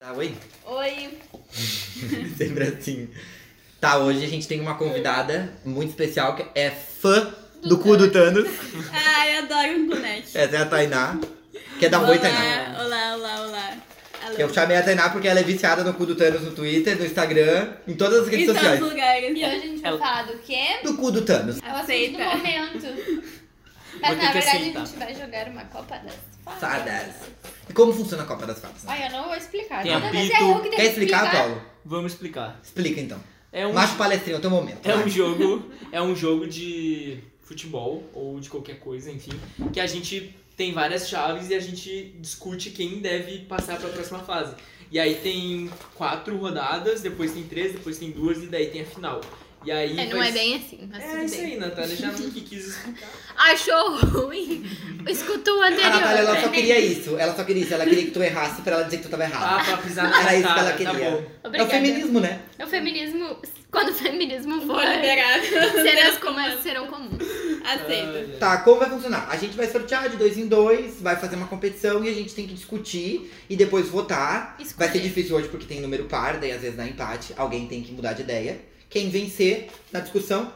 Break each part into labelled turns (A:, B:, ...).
A: Tá, oi?
B: Oi,
A: Sempre assim. Tá, hoje a gente tem uma convidada muito especial que é fã do cu do Thanos.
B: ai, eu adoro um bonete.
A: Essa é a Tainá. Quer dar um
B: olá,
A: oi, Tainá?
B: olá, olá, olá. Alô.
A: Eu chamei a Tainá porque ela é viciada no cu do Thanos no Twitter, no Instagram, em todas as
B: Em
A: redes
B: todos os
A: sociais.
B: lugares.
C: E hoje a gente vai
D: Ela-
C: falar do quê?
A: Do cu do Thanos.
C: É o assunto
B: Aceita.
C: do momento. Mas
D: Vou
C: na
D: ter que
C: verdade
D: aceitar.
C: a gente vai jogar uma Copa das Fadas.
A: Sadas. E como funciona a Copa das Fadas?
C: Ai, eu não vou explicar.
D: Tem
C: Toda vez é
D: apito.
C: eu que tenho
A: Quer explicar,
C: que
A: Paulo?
D: Vamos explicar.
A: Explica então.
D: É um,
A: Macho palestrinho, é o teu momento.
D: é
A: vai.
D: um jogo, é um jogo de futebol ou de qualquer coisa, enfim, que a gente tem várias chaves e a gente discute quem deve passar para a próxima fase. E aí tem quatro rodadas, depois tem três, depois tem duas e daí tem a final. E aí
E: É, não
D: vai-
E: é bem assim, mas
D: É
E: tudo
D: isso
E: bem.
D: aí, Natália, já não que quis explicar.
E: Achou ruim? Escuta o
A: A Ah, Natália ela
E: anterior.
A: só queria é isso. Ela só queria isso. Ela queria que tu errasse pra ela dizer que tu tava errado.
D: Ah, pra pisar na
A: Tá. Era isso que
D: cara,
A: ela queria.
D: tá bom.
A: é o
E: Obrigada.
A: feminismo, né?
E: É o feminismo. Quando o feminismo for,
B: Vou liberar.
E: serão, as comuns, serão comuns.
B: Aceito.
D: Ah,
A: Tá, como vai funcionar? A gente vai sortear de dois em dois, vai fazer uma competição e a gente tem que discutir e depois votar. Vai ser
E: Escolher.
A: difícil hoje porque tem número par, daí às vezes dá empate, alguém tem que mudar de ideia. Quem vencer na discussão,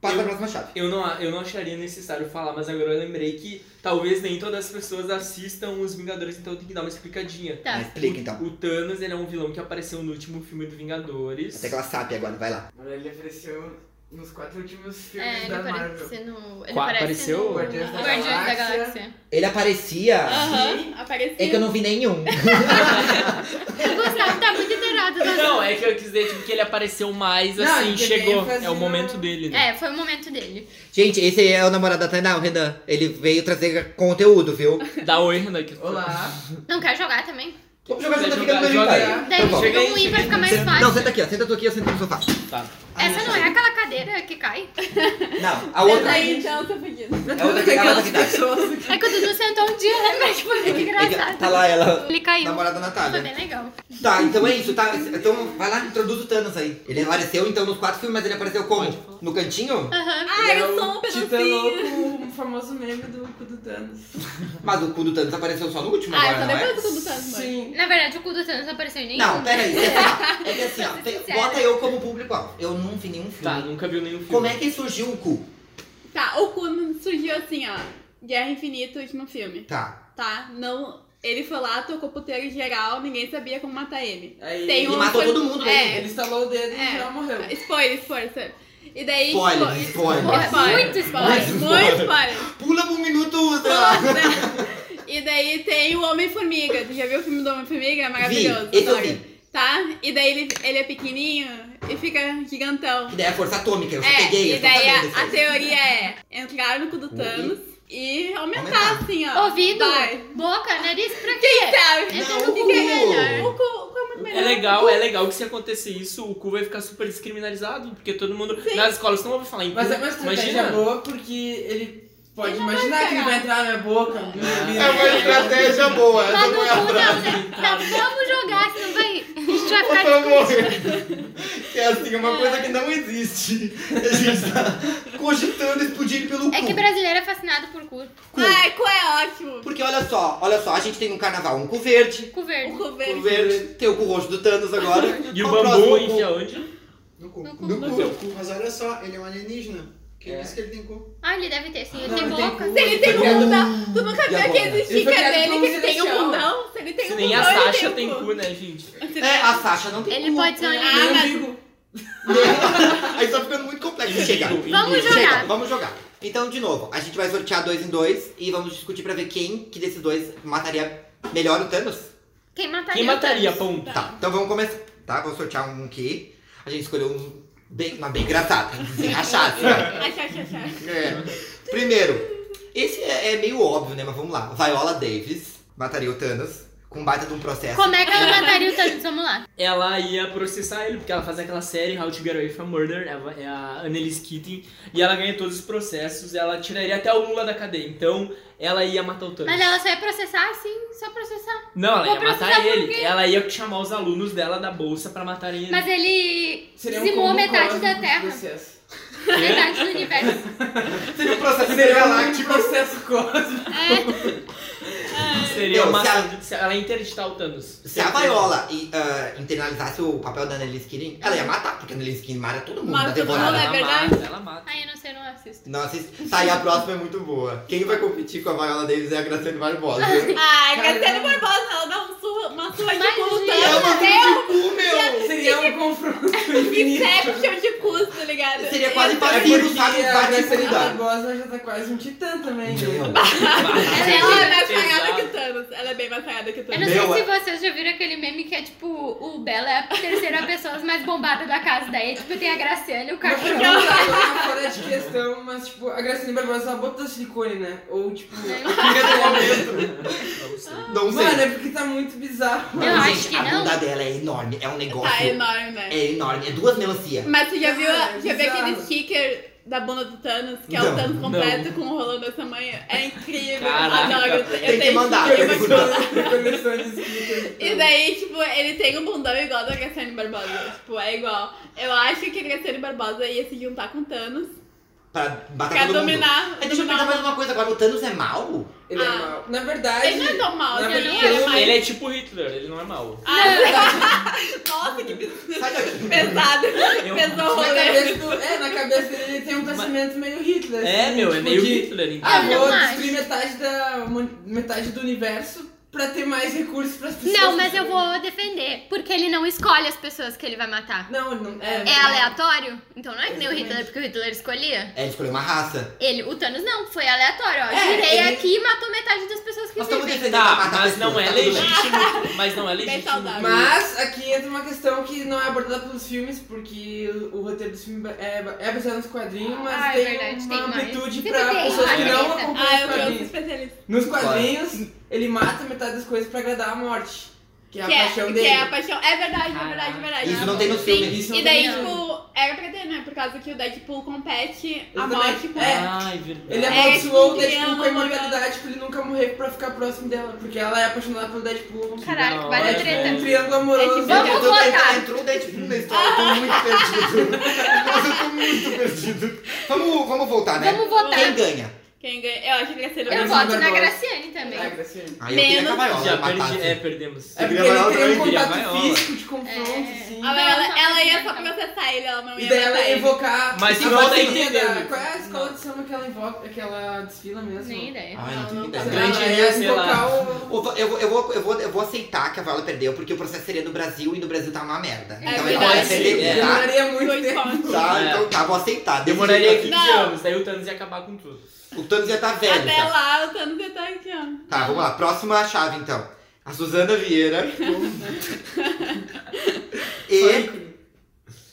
A: passa
D: Eu-
A: a próxima chave.
D: Eu não, eu não acharia necessário falar, mas agora eu lembrei que talvez nem todas as pessoas assistam os Vingadores, então eu tenho que dar uma explicadinha.
E: Tá.
A: Mas explica então.
D: O Thanos, ele é um vilão que apareceu no último filme do Vingadores.
A: Até que ela sabe agora, vai lá.
F: Agora ele apareceu nos quatro últimos filmes
E: É, ele
F: da Marvel.
E: aparece no. Ele
D: Qua-
E: aparece
D: apareceu?
E: no-
F: Guardiões da
E: Guardiões da
F: Galáxia.
E: Galáxia.
A: Ele aparecia.
B: Aham, apareceu.
A: Ah. É que eu não vi nenhum.
E: O Gustavo tá muito inteirado das
D: Não, é que eu quis dizer tipo, que ele apareceu mais,
F: Não,
D: assim,
F: ele teve
D: chegou.
F: ênfase
D: É o
F: no-
D: momento dele, né?
E: É, foi o momento dele.
A: gente, esse é o namorado da Tainá, o Renan. Ele veio trazer conteúdo, viu?
D: Dá oi, Renan. que-
F: Olá.
E: Não quer jogar também?
A: Vamos jogar
D: Vai
A: junto, fica
D: jogar,
A: com ele,
D: joga
A: vai.
F: aí.
A: Então
E: Daí a
A: vamos.
E: gente
D: Chega aí,
E: não ir,
D: chega
E: vai
D: aí.
E: ficar mais
A: Senta- Não,
E: fácil.
A: senta aqui, ó. Senta tu aqui, eu sento no sofá.
D: Tá.
E: Essa não é aquela cadeira que cai.
A: Não, a
B: Senta
A: outra.
B: aí, então, seu pedido.
A: É outra que ela que tá.
E: É que o Dudu sentou um dia, né? Mas foi muito
A: É que- Tá
E: engraçado.
A: lá ela.
E: Ele caiu.
A: Namorada da
E: Foi
A: Natália.
E: bem legal.
A: Tá, então é isso, tá? Então vai lá, introduz o Thanos aí. Ele apareceu então nos quatro filmes, mas ele apareceu como? No cantinho?
B: Ai, eu sou um
F: Titã
B: pedacinho.
F: Louco, o famoso meme do cu do Thanos.
A: Mas o cu do Thanos apareceu só no último
B: Ah, eu
A: agora,
B: só
A: não é?
B: depois do Tudo Santos, mãe.
F: Sim.
E: Na verdade, o cu do Thanos não apareceu em nenhum.
A: Não, peraí, é assim, ó, é que assim, ó, tem- bota eu como público, ó. Eu não vi nenhum
D: Tá,
A: filme.
D: nunca viu nenhum filme.
A: Como é que surgiu o cu?
B: Tá, o Kun surgiu assim, ó. Guerra Infinita, último filme.
A: Tá.
B: Tá, não... Ele foi lá, tocou puteiro em geral, ninguém sabia como matar ele.
F: Aí
B: Tem
A: E
B: um-
A: matou
B: foi-
A: todo mundo,
B: é.
A: né?
F: Ele estalou o dedo
B: É.
F: e já morreu.
B: Spoiler, spoiler, spoiler. E daí...
A: Spoiler,
B: tipo,
A: spoiler.
E: Muito
B: spoiler.
A: spoiler.
B: Muito spoiler.
A: Pula um minuto, sei lá.
B: E daí tem o Homem-Formiga. Tu já viu o filme do Homem-Formiga? É Maravilhoso.
A: esse eu
B: adoro.
A: vi.
B: Tá? E daí ele, ele é pequenininho e fica gigantão.
A: Que daí é a força atômica, eu só
B: é,
A: peguei, eu
B: e
A: tô
B: daí
A: sabendo isso
B: a, a
A: aí.
B: teoria é entrar no cu do Thanos e aumentar,
A: Aumentar.
B: assim, ó.
E: Ouvido,
B: Vai.
E: boca, nariz, pra quê?
B: Sabe?
E: Esse
A: Não,
E: é o
A: o
E: que é
A: cu.
E: melhor.
B: O cu, o cu é muito
D: É
B: melhor.
D: legal, é legal que se acontecer isso, o cu vai ficar super descriminalizado, porque todo mundo. Nas escolas tu não ouve falar em cu.
F: Mas é uma estratégia
D: Imagina.
F: boa porque ele pode imaginar que ele vai entrar na minha boca. no meu
D: Ah.
F: ouvido.
E: Tá
D: É uma
A: estratégia boa, é
E: Mas Tá no cu não, né? Tá, vamos jogar, senão vai... A gente vai ficar...
A: Vamos morrer. É assim, uma coisa que não existe. A gente tá cogitando explodir pelo
E: É que
A: cu.
E: brasileiro é fascinado por cu.
A: cu.
B: Ai, cu é ótimo.
A: Porque olha só, olha só, a gente tem no carnaval um cu verde,
E: Cu
B: O
E: verde.
B: cu
A: cu
B: verde.
A: verde, tem o cu roxo do Thanos agora.
D: E o
A: Qual
D: bambu
A: próximo cu?
D: enfia onde?
G: No cu.
E: No cu.
A: No
D: No
A: cu.
D: teu cu.
G: Mas olha só, ele é um alienígena. Quem disse que ele tem cu?
E: Ah, ele deve ter, sim. Ele
F: Não,
E: tem
F: ele tem
E: boca.
F: cu.
B: Se ele tem um
A: Foi
B: bunda, tu nunca
A: Hum. E
B: viu
A: agora?
B: aquele
F: Ele foi
B: sticker
F: criado
B: dele
F: como
B: que ele tem um
F: celestial.
B: bundão? Se ele tem
D: Se
B: um
D: nem a
B: bundão, ele
D: Sasha tem
B: um
D: cu, né, gente?
B: Se ele
A: É, a Sasha não tem
E: Ele
A: cu.
E: pode ser um
B: Ah,
E: alienígena.
B: mas-
A: Aí tá ficando muito complexo. Chega.
D: Tipo,
E: Vamos
A: Chega,
E: jogar.
A: vamos jogar. Então, de novo, a gente vai sortear dois em dois e vamos discutir pra ver quem que desses dois mataria melhor o Thanos.
E: Quem mataria?
D: Quem
E: o
D: mataria,
E: Thanos?
D: pão?
A: Tá, então vamos começar. Tá, vou sortear um aqui. A gente escolheu um bem, uma bem engraçada. Sem rachar, assim, ó.
B: Achar, achar, achar.
A: É. Primeiro, esse é, é meio óbvio, né? Mas vamos lá. Viola Davis mataria o Thanos. com base de um processo.
E: Como é que ela mataria o Thanos? Vamos lá.
D: ela ia processar ele, porque ela faz aquela série How to Get Away from Murder, ela- é a Annelise Keating, e ela ganha todos os processos, ela tiraria até o Lula da cadeia, então ela ia matar o Thanos.
E: Mas ela só ia processar assim, só processar.
D: Não, ela
E: Vou
D: ia matar
E: processar por
D: ele, ela ia chamar os alunos dela da bolsa pra matarem ele.
E: Mas ele
F: Seria um
E: dizimou
F: combo
E: metade
F: cósmico
E: da
F: de
E: Terra,
F: processo.
E: metade do universo.
A: Seria um processo
F: Seria um
A: galáctico.
F: processo cósmico.
E: É,
D: Seria
A: Meu,
D: uma...
A: se
D: se ela ia interditar o Thanos.
A: Se a Viola e, ah, internalizasse o papel da Annelise Keating, ela ia matar, porque a Annelise Keating mata todo mundo
B: Mata
A: na
B: todo
D: Ela,
B: mundo,
F: né?
A: temporada.
B: é verdade?
D: mata, ela mata.
E: aí eu não sei, eu não assisto.
A: Nossa, isso- tá, e a próxima é muito boa. Quem vai competir com a Viola Davis é a Graciane Barbosa.
B: Ai,
F: Caramba.
B: Cassiane Barbosa, ela dá um surra, uma surra de
E: Mas,
B: cu,
E: gente,
A: É
B: tá?
A: uma dupla de cu, meu!
F: Seria um confronto infinito.
B: Inception de cu, tá ligado?
A: Seria quase
F: É
A: parecido,
F: porque
A: sabe?
F: a
A: Bate
F: Graciane
A: intimidade.
F: Barbosa já tá quase um titã também.
A: Não.
B: Ela, ela é mais
D: Exato.
B: cagada que o Thanos. Ela é bem mais cagada que o
E: Eu
B: Thanos.
E: não
A: Meu, é.
E: sei se vocês já viram aquele meme que é tipo, o Bela é a terceira pessoa mais bombada da casa. Daí, tipo, tem a Graciane, o
F: Não,
E: Carlos.
F: não, não, não, fora de questão, mas tipo, a Graciane Barbosa ela botou silicone, né? Ou tipo,
D: Não sei.
B: Ah,
A: Não sei.
F: mano, é porque tá muito bizarro.
E: Eu
A: Gente,
E: acho que
A: a
E: não.
A: bunda dela é enorme, é um negócio.
B: Tá enorme, né?
A: É enorme, é duas melancia.
B: Mas você já viu,
F: Cara,
B: já viu
F: bizarro.
B: aquele sticker da bunda do Thanos, que é
A: Não,
B: o Thanos completo com o rolão dessa manhã? É incrível.
D: Caraca.
B: Adoro. Eu
A: Tem que
B: tenho
D: Ah,
A: mandar.
B: sticker,
A: tem que
B: mas-
A: mandar.
F: Coleção de sneakers.
B: E daí, tipo, ele tem um bundão igual da Graciane Barbosa. Tipo, é igual. Eu acho que a Graciane Barbosa ia se juntar com o Thanos
A: Pra
B: pra
A: matar Ah, todo mundo.
B: dominar.
F: É
A: Mas deixa eu perguntar mais uma coisa agora, o Thanos é mal?
F: Ele é
B: Ah.
F: mal. Na verdade.
B: Ele não é tão mal,
F: Na
B: ele não
F: verdade,
B: é mais.
D: Ele é tipo Hitler, ele não é mau.
B: Ah, Nossa, que
A: Sai daqui.
B: pesado.
F: é um
D: Eu-
B: Pesou o
F: Na
B: rolê.
F: cabeça do, é, na cabeça dele ele tem um pensamento meio Hitler.
D: É,
F: assim,
D: meu, é
F: tipo
D: meio
F: de-
D: Hitler. então.
F: Ah,
E: Eu
F: vou
E: não
F: destruir metade, da, mon- metade do universo pra ter mais recursos pras pessoas.
E: Não, mas eu vou defender. Porque ele não escolhe as pessoas que ele vai matar.
F: Não, ele não. É,
E: É aleatório? Então não é que nem o
F: Exatamente.
E: Hitler, porque o Hitler escolhia.
A: É, ele escolheu uma raça.
E: Ele, o Thanos não, foi aleatório. Ó,
F: É,
E: girei
F: ele-
E: aqui e matou metade das pessoas que
A: Nós estamos
E: vivem.
A: defendendo a
D: Tá,
A: matar
D: mas não
A: pessoas,
D: é
A: tá tudo bem.
D: legítimo. Mas não é legítimo.
B: saudável.
F: Mas aqui entra uma questão que não é abordada pelos filmes, porque o, o roteiro dos filmes é, é baseado nos quadrinhos, mas
E: Ah, é
F: tem
E: verdade,
F: uma
E: tem mais.
F: amplitude
E: Sempre
F: pra
E: tem,
F: pessoas que
E: ah,
F: não
E: beleza.
F: acompanham
B: Ah,
F: os
B: eu sou
F: quadrinhos.
B: especialista.
F: Nos quadrinhos, ele mata metade das coisas pra agradar a morte, que é a
B: Que
F: paixão
B: é, que
F: dele.
B: é a paixão. É verdade, é verdade,
D: Caraca.
B: é verdade.
A: Isso não tem no
B: Sim.
A: filme.
F: Isso
B: E
F: não
B: daí,
F: tem no
B: tipo, era pra ter, né? Por causa que o Deadpool compete a
F: Exatamente.
B: morte com
F: É.
D: Ai, verdade.
F: Ele
B: É,
F: amaldiçoou o
B: tipo,
F: Deadpool com a
B: criando-
F: imortalidade pra ele nunca morrer pra ficar próximo dela, porque ela é apaixonada pelo Deadpool.
E: Caralho,
D: Não,
E: que
D: é,
E: vai dar
F: um
E: treta.
D: velho.
F: triângulo amoroso.
B: É tipo-
E: Vamos
A: eu tô,
E: votar.
A: Entrou o Deadpool na história, eu tô muito perdido. Nossa, eu tô muito perdido. Vamos, vamos voltar, né?
E: Vamos votar.
A: Quem ganha?
B: quem ganha. Eu acho que ele
E: Eu
F: Graciane
E: voto na
F: Barbosa.
E: Graciane também.
F: Ah, Graciane.
A: Aí eu queria que a Viola
B: Menos-
D: Já
A: matasse.
D: perdi. É, perdemos.
F: É porque
A: Queria maior
F: ele tem um
A: pra ele,
D: queria
F: contato
D: maior.
F: físico de confronto,
E: É.
F: assim.
B: Ela, ela, ela ia só
E: Não, não.
B: processar ele, ela não ia
F: E daí
B: matar
F: ela
B: ele.
F: invocar.
D: Mas
F: a
D: não tá
F: vaquinha
D: entendendo.
F: da- Qual é a escola de samba que ela invoca, que ela desfila mesmo?
E: Nem ideia.
A: Ai, não tenho
B: Não, tá.
A: ideia.
D: não.
F: Ela
D: Grande
F: ia
D: sei lá.
F: invocar o.
A: Eu vou, eu, vou- eu vou, eu, vou, eu vou aceitar que a Viola perdeu, porque o processo seria no Brasil e no Brasil tá uma merda. então ele
B: verdade.
A: vai perder,
D: É.
A: tá?
F: Demoraria muito
B: Dois
F: tempo.
B: pontos.
A: Tá,
D: É.
A: então tá, vou aceitar. Desse
D: Demoraria
A: jeito
D: 15
B: Não.
D: anos, daí o Thanos ia acabar com tudo.
A: aqui. O Thanos já tá velho.
B: Até
A: Tá?
B: lá, o Thanos ia estar aqui, ó.
A: tá, vamos lá. Próxima chave, então. A Suzana Vieira e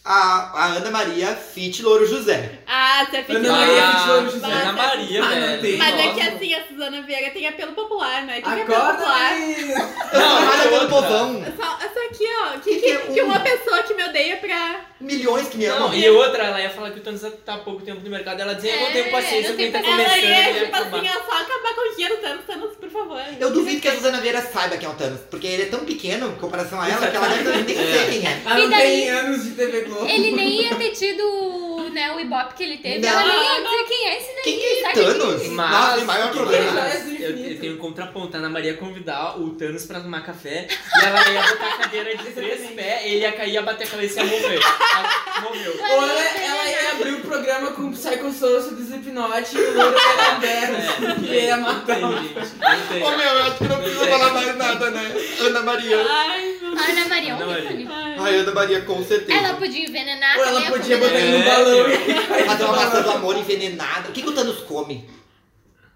A: a, a Ana Maria Fit Louro José.
B: Ah, você fica...
F: Ana Maria
D: Ah,
F: de Louro José.
D: Ana Maria,
F: Ah, não
D: velho.
F: tem.
B: Mas é
D: Nossa.
B: que assim, a Suzana Vieira tem apelo popular, né? O que, que é apelo
F: Acorda
B: popular?
F: aí!
A: Eu
D: Não,
A: trabalho pelo
D: outra.
A: povão.
B: Só, só aqui, ó.
A: Que
B: Que, que,
A: que é
B: que
A: um? Tá
B: uma pessoa que me odeia pra.
A: Milhões que me amam.
D: Não, e outra, ela ia falar que o Thanos tá há pouco tempo no mercado. Ela dizia, eu não
E: É,
D: tenho paciência
E: não
D: quem
E: tem
D: tá começando.
B: Ela ia,
D: ele ia
B: tipo assim,
D: acabar.
B: ó, só acabar com o dinheiro do Thanos, Thanos, por favor.
A: Eu duvido que a Suzana Vieira saiba quem é o Thanos, porque ele é tão pequeno em comparação a ela que ela deve nem
D: É.
A: sei quem é.
F: Ela não
E: E daí?
F: tem anos de TV Globo.
E: Ele nem ia ter tido né, o Ibope que ele teve.
A: Não.
E: Ela nem ia dizer quem é esse daí.
A: Quem é
E: sai
A: esse
E: daqui.
A: Thanos? Nossa, tem maior problema.
F: Mas do
D: Eu,
F: infinito.
D: eu tenho um contraponto. A Ana Maria ia convidar o Thanos pra tomar café e ela ia botar a cadeira de três pés, ele ia cair, ia bater a cabeça e ia morrer. Ela morreu.
F: Ou ela, ela ia abrir o programa com o Psycho Social do Slipknot e o Louro era
D: É,
F: aberto. E ia matar.
D: Não tem, gente. Não tem.
A: Ô meu, eu acho que não precisa falar mais nada, né? Ana Maria.
B: Ai, meu
E: A Ana Maria é
D: Ana
E: um
D: Maria.
E: ícone.
A: Ai, Ana Maria, com certeza.
E: Ela podia envenenar
F: Ou
E: também
F: ela
E: a
F: podia
E: comida
F: botar
E: dela.
F: ele no
D: É,
F: balão
D: meu.
F: e
A: Fazer uma maçã do amor envenenada. O que, que o Thanos come?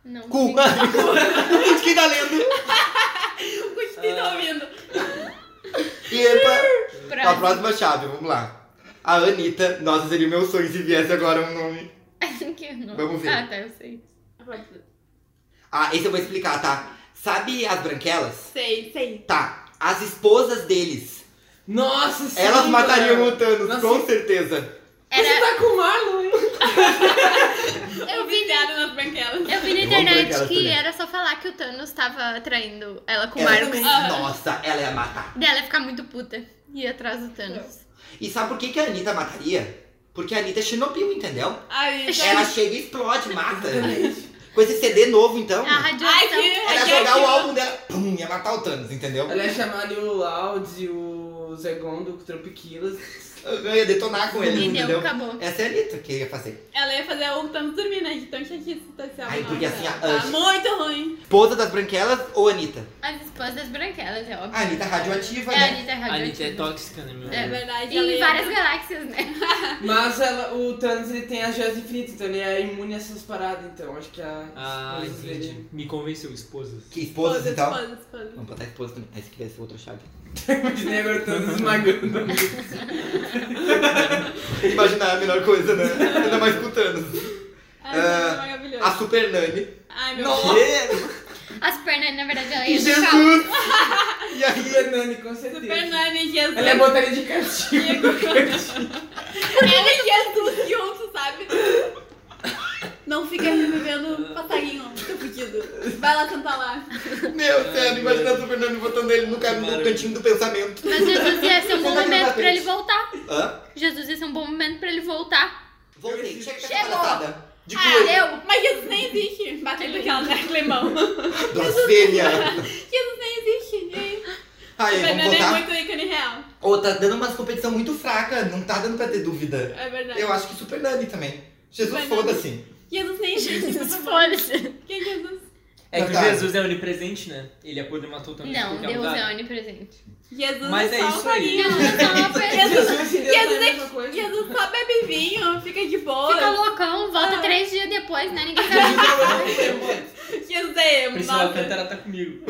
E: Não.
A: Cu. Gente, Quem tá lendo?
B: Deus, quem
A: Ah.
B: tá ouvindo?
A: E epa, a
E: Próximo.
A: próxima chave, vamos lá. A Anitta, nossa, seria o meu sonho se viesse agora um nome.
E: Que não.
A: Vamos ver.
E: Ah, tá, eu sei.
A: Ah, esse eu vou explicar, tá? Sabe as branquelas?
B: Sei, sei.
A: Tá. As esposas deles.
F: Nossa senhora!
A: Elas matariam o Thanos,
F: Nossa.
A: com certeza.
F: Você
E: Era,
F: tá com o Marlon, hein?
B: Eu vi nada nas branquelas.
E: eu vi na
A: Eu vou
E: internet
A: branquelas
E: que
A: também.
E: era só falar que o Thanos tava traindo ela com o
A: Ela-
E: Marcos.
A: Nossa, ela ia matar.
E: Daí ela ia ficar muito puta e ia atrás do Thanos.
A: E sabe por que, que a Anitta mataria? Porque a Anitta é Chernobyl, entendeu?
B: Ai,
A: Ela chega e explode, mata. Com esse CD novo, então.
E: A
B: Ai,
E: radiação.
B: que...
A: Ela
B: ai, que
A: ia jogar o
B: ótimo.
A: álbum dela, pum, ia matar o Thanos, entendeu?
F: Ela é ia chamar ali o Loud, o Zegondo, o Tropiquilas.
A: Eu ia detonar com ele,
E: Entendeu?
A: entendeu?
E: Acabou.
A: Essa é a Anitta que ia fazer.
B: Ela ia fazer o Thanos dormir, né? De tão chatice tá esse álbum.
A: Ai, porque assim, a
B: Tá
A: Ange-
B: muito ruim.
A: Esposa das branquelas ou Anitta?
E: As esposas branquelas, é óbvio.
A: A Anitta é radioativa,
E: É, a
A: né?
E: Anitta é
D: A Anitta
E: radioativa.
D: é tóxica, né, meu?
B: É verdade. ela
E: Em
B: ia-
E: várias galáxias, né?
F: Mas ela, o Thanos ele tem as joias infinitas, então ele é imune a essas paradas, então acho que a
D: Ah,
F: as coisas
D: entendi.
F: dele-
D: Me convenceu, esposa.
A: Que esposas, então.
B: esposas, esposas.
A: Vamos botar esposa também. Esse aqui vai ser outra chave.
F: Imaginei agora o Thanos esmagando.
A: Imaginar é a melhor coisa, né? Ainda mais com o Thanos.
B: Ai,
A: Ah,
B: é maravilhoso.
A: A Super Nani.
B: Ai, meu
A: Nossa!
B: Deus.
E: As pernas, na verdade, ela ia educar.
A: Jesus! E aí?
F: E a Nani, com
B: Super
F: certeza.
B: Nani, Jesus.
F: Ela ia botar ele é de castigo.
B: Ela e Jesus juntos, sabe? Não fica revivendo passarinho, seu fudido. Vai lá cantar lá.
A: Meu, sério, imagina a Super Nani botando ele no, cam- no cantinho do pensamento.
E: Mas Jesus ia ser um bom
A: Você vai
E: momento
A: levar
E: pra ele
A: frente.
E: voltar.
A: Hã?
E: Jesus ia ser um bom momento pra ele voltar.
A: Voltei, chega com essa
E: Chegou.
A: palhaçada. De
B: Ah,
A: coelho.
B: eu. Mas Jesus nem existe.
E: é
B: Batendo aquela né, Clemão.
A: Blasfêmia.
B: Jesus nem existe. gente.
A: Aí,
B: Super
A: vamos
B: Nani é
A: voltar.
B: muito ícone real.
A: Ô, tá dando umas competição muito fraca, não tá dando pra ter dúvida.
B: É verdade.
A: Eu acho que Super Nani também. Jesus,
B: Super Nani.
A: foda-se.
B: Jesus nem existe.
E: Jesus,
B: por favor.
E: foda-se.
B: Quem é Jesus?
D: É que o
A: Tá.
D: Jesus é onipresente, né? Ele ia poder matar o Thanos em
E: Não,
D: qualquer
E: Deus
D: um lugar.
E: é onipresente.
B: Jesus
D: Mas é
B: só
D: isso
B: um
D: aí.
E: Não,
B: farinha.
E: não, não, foi-
F: Jesus e Deus é a
B: Jesus é-
F: mesma coisa.
B: Jesus só bebe vinho, fica de boa.
E: Fica loucão, volta
B: Ah.
E: três dias depois, né? Ninguém sabe.
F: é
B: Jesus é emo.
D: Priscila
B: nossa.
D: Alcântara tá comigo.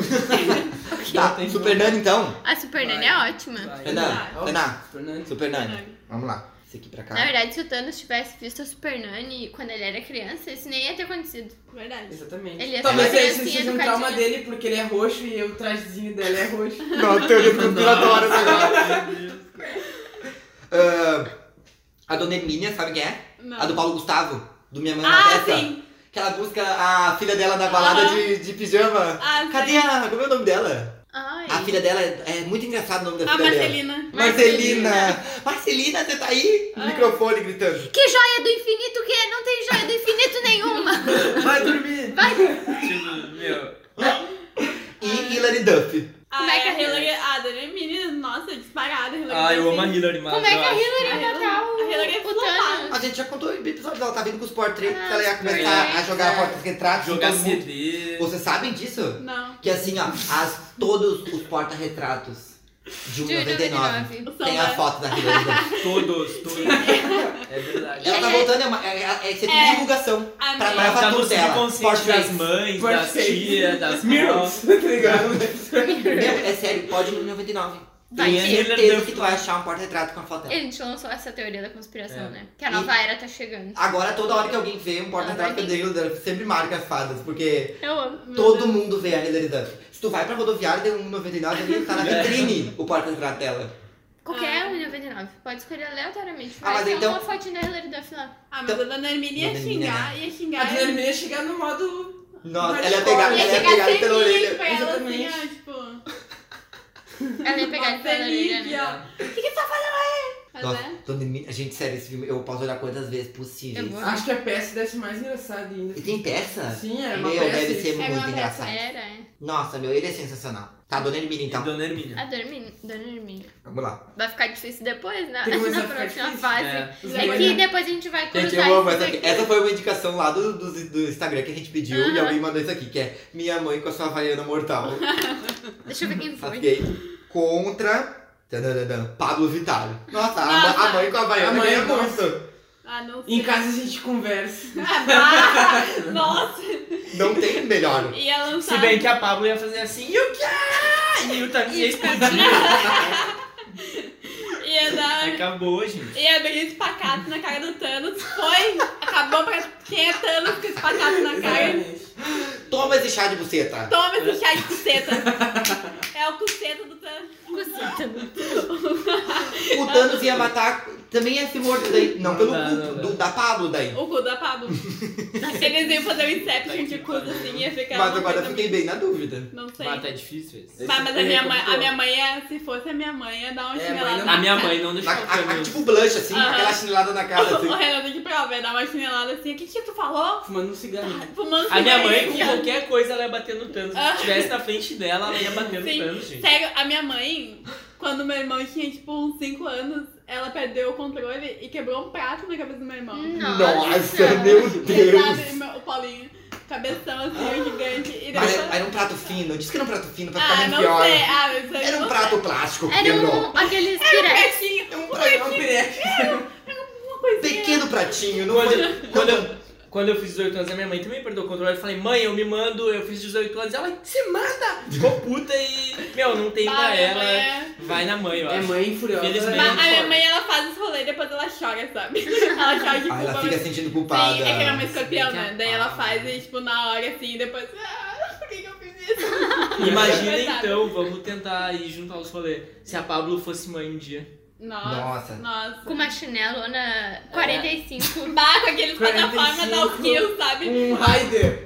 A: Tá,
D: Tem
A: Super Nani então.
E: A Super Nani é ótima.
D: Vai.
A: Renan,
F: Vai.
A: Renan,
F: Fernandes.
A: Super Nani.
B: Nani.
A: Vamos lá. Esse aqui pra cá.
E: Na verdade, se o Thanos tivesse visto a Super Nani quando ele era criança, isso nem ia ter acontecido.
B: Verdade.
F: Exatamente.
B: é
E: Ele ia
F: Talvez
E: ser uma
B: assim,
F: esse
E: criancinha
F: seja um trauma
E: educadinha.
F: dele, porque ele é roxo e o trajezinho dela é roxo.
A: Não, teoria conspiratória agora. Ah, a dona Hermínia, sabe quem é?
B: Não.
A: A do Paulo Gustavo, do Minha Mãe na
B: Ah,
A: Testa.
B: sim.
A: Que ela busca a filha dela na balada
B: Aham.
A: de, de pijama.
B: Ah,
A: Cadê a. Como é o nome dela?
E: Ai.
A: A filha dela é, é muito engraçado o nome da
B: A
A: filha dela.
B: Ah, Marcelina.
A: Marcelina! Marcelina, você tá aí? No
B: Ah.
A: microfone gritando.
E: Que joia do infinito que é? Não tem joia do infinito nenhuma.
D: Vai dormir!
E: Vai.
D: Tipo, meu.
A: E Hilary Duff.
B: Como
E: Como é que a
B: Hillary... Ah, Dani é menina, nossa, disparada. a Hillary
D: Ah, eu
B: Duff.
D: amo a Hillary, mas.
E: Como é
D: eu
E: que a
D: acho-
E: Hillary ia matar o,
B: A Hillary é
E: o Thanos?
A: A gente já contou em episódios, ela tá vindo com os portraits,
E: Ah,
A: que ela ia
E: os
A: começar
E: portraits,
A: a jogar
E: é.
A: porta-retratos.
D: Jogar
A: todo mundo.
D: CD.
A: Então, Vocês sabem disso?
B: Não.
A: Que assim, ó, as, todos os porta-retratos de
E: De
A: 1,99
B: O
A: tem a
B: Samba.
A: foto da Hilary Duff.
D: Todos, todos. É verdade.
A: Ela tá voltando, é, uma, é, é, é sempre
B: É.
A: divulgação.
B: A
A: Pra
B: minha-
A: nova
D: Tá
A: tudo
D: no
A: dela.
D: subconsciente das
A: Portraits.
D: mães, das
F: Portraits.
D: tias, das
F: Mirrors,
D: avós.
F: tá ligado?
A: Meu, é sério, pode ir no 1,99.
E: Vai
A: Tenho
E: ter.
A: certeza que tu vai achar um porta-retrato com a foto
E: A
A: dela.
E: gente lançou essa teoria da conspiração,
D: É.
E: né? Que a nova era tá chegando.
A: Agora, toda hora que alguém vê um porta-retrato da Hilary Duff, sempre marca as fadas, porque...
E: Eu amo.
A: Todo mundo vê a Hilary Duff. Se tu vai pra rodoviária, tem um 99 ali, tá na vitrine o porta-retrato dela.
E: Qualquer 99. Pode escolher aleatoriamente.
A: Ah,
E: Vai
A: mas
E: ter
A: então-
E: uma fotinha da Hillary Duff lá.
B: Ah, mas a dona Hermínia ia
A: Dona Hermínia, né?
B: xingar, ia
F: A
B: xingar.
F: Dona Hermínia ia chegar no modo.
A: Nossa,
F: Mas
A: ela ia
F: como?
A: pegar, ela
B: Ia
A: ia
B: chegar
A: pegar ele
B: sem
A: pela
B: mim
A: orelha.
B: pra ela, assim, ó,
F: Exatamente.
B: tipo...
E: Ela ia pegar ele pela orelha, né?
B: Marcelinha, ó. O que que tá fazendo
A: Nossa,
B: aí? Mas é.
A: Dona Hermínia- gente, sério, esse filme eu posso olhar quantas vezes possível.
E: Eu vou.
F: Acho que a peça deve ser mais engraçada ainda.
A: E tem peça?
F: Sim, é uma
A: Meu,
F: peça.
A: deve ser
B: uma
A: muito
B: peça,
A: engraçado.
E: Era, é.
A: Nossa, meu, ele é sensacional. Tá, Dona Hermínia, então.
D: Dona Hermínia.
E: A Dormin- Dona Hermínia.
A: Vamos lá.
E: Vai ficar difícil depois, né?
F: Tem coisa
E: Na
F: que vai ficar
E: próxima
F: difícil.
E: fase. É.
D: É.
B: É
E: que depois a gente vai cruzar
A: Gente, eu amo
E: isso
A: essa aqui.
E: daqui.
A: Essa foi uma indicação lá do, do, do Instagram que a gente pediu e
E: Aham.
A: alguém mandou isso aqui, que é Minha Mãe com a sua Havaiana Mortal.
E: Deixa eu ver quem foi.
A: Fiquei contra tadadadã, Pablo Vittar. Nossa, a,
B: Nossa.
A: ma- a mãe com a
F: A
A: Havaiana
F: mãe,
A: ganha
F: nossa.
A: muito.
B: Ah, não sei.
F: Em casa a gente conversa.
B: Ah, Nossa.
A: Não tem melhor.
B: Ia lançar...
D: Se bem que a Pablo ia fazer assim, e o que? E o Thanos ia explodir.
B: Ia dar...
D: Acabou, gente.
B: E abrir espacato na cara do Thanos. Foi. Acabou pra quem é Thanos com espacato na cara.
F: Exatamente.
A: Toma esse chá de buceta.
B: Toma esse chá de cuceta. É o cuceta do Thanos.
A: O Thanos ia matar. Também ia ser morto daí. Não, pelo
D: Não,
A: cu
D: não, não.
A: do- da Pablo daí.
B: O cu da Pablo. Eles iam fazer um o Inception de cu, assim, ia ficar...
A: Mas
B: uma
A: agora
B: coisa
A: fiquei
B: muito-
A: bem na dúvida.
B: Não sei.
D: Mas tá difícil esse.
B: Mas, mas a, minha mãe, a minha mãe é, se fosse a minha mãe, ia dar uma
F: É,
B: chinelada.
F: mãe
D: A minha
B: na
D: mãe
A: Na-
D: não deixou
A: a- a-
D: eu
A: tipo blush, assim,
B: Aham.
A: aquela chinelada na cara.
B: cara.
A: Assim.
B: O Renato de prova ia dar uma chinelada assim. O que que tu falou?
F: Fumando um cigarro.
B: Fumando
D: A minha mãe,
B: cigarro,
D: com
B: cara.
D: qualquer coisa, ela ia bater no Thanos.
B: Ah.
D: Se tivesse na frente dela, ela ia bater no
B: Sim.
D: Thanos, gente.
B: Sério, a minha mãe, quando meu irmão tinha tipo uns 5 anos, ela perdeu o controle e quebrou um prato na cabeça do meu irmão.
E: Hum,
A: Nossa, meu Deus.
B: Sabe, meu- o Paulinho, cabeção assim, o gigante. E
A: Mas
B: depois...
A: era, era um prato fino. Diz que era um prato fino pra ficar
B: Ah,
A: bem
B: não
A: pior.
B: sei. Ah, mas eu
A: Era um
B: não-
A: prato plástico que
E: Era
A: quebrou.
E: um, aqueles pirex.
B: Pratinho,
A: É um prato, um
B: uma coisinha.
A: pequeno pratinho. Não
D: Quando-
A: foi-
D: quando eu- Quando eu fiz 18 anos, a minha mãe também perdeu o controle. Eu falei, mãe, eu me mando, eu fiz 18 anos. Ela, se manda! Ficou puta e, meu, não tem
B: Ah,
D: pra
B: minha
D: ela.
B: mãe é-
D: Vai na mãe, eu
F: É
D: acho.
F: mãe furiosa. né?
D: Felizmente.
B: Mas a minha
D: foda.
B: mãe, ela faz os rolês e depois ela chora, sabe? Ela chora de
A: Ah,
B: culpa.
A: ela fica sentindo
B: mas...
A: culpada.
B: Sim, é que a minha mãe é escorpião,
D: Fica-
B: né? Daí ela faz e, tipo, na hora, assim, e depois... Ah, por que que eu fiz isso?
D: Imagina
B: Coitada.
D: então, vamos tentar ir juntar os rolês. Se a Pablo fosse mãe um dia.
A: Nossa.
B: Nossa, nossa.
E: Com uma chinelona 45.
B: Bah, com aqueles plataformas da
F: 45.
B: Alquil, sabe?
F: Um Raider.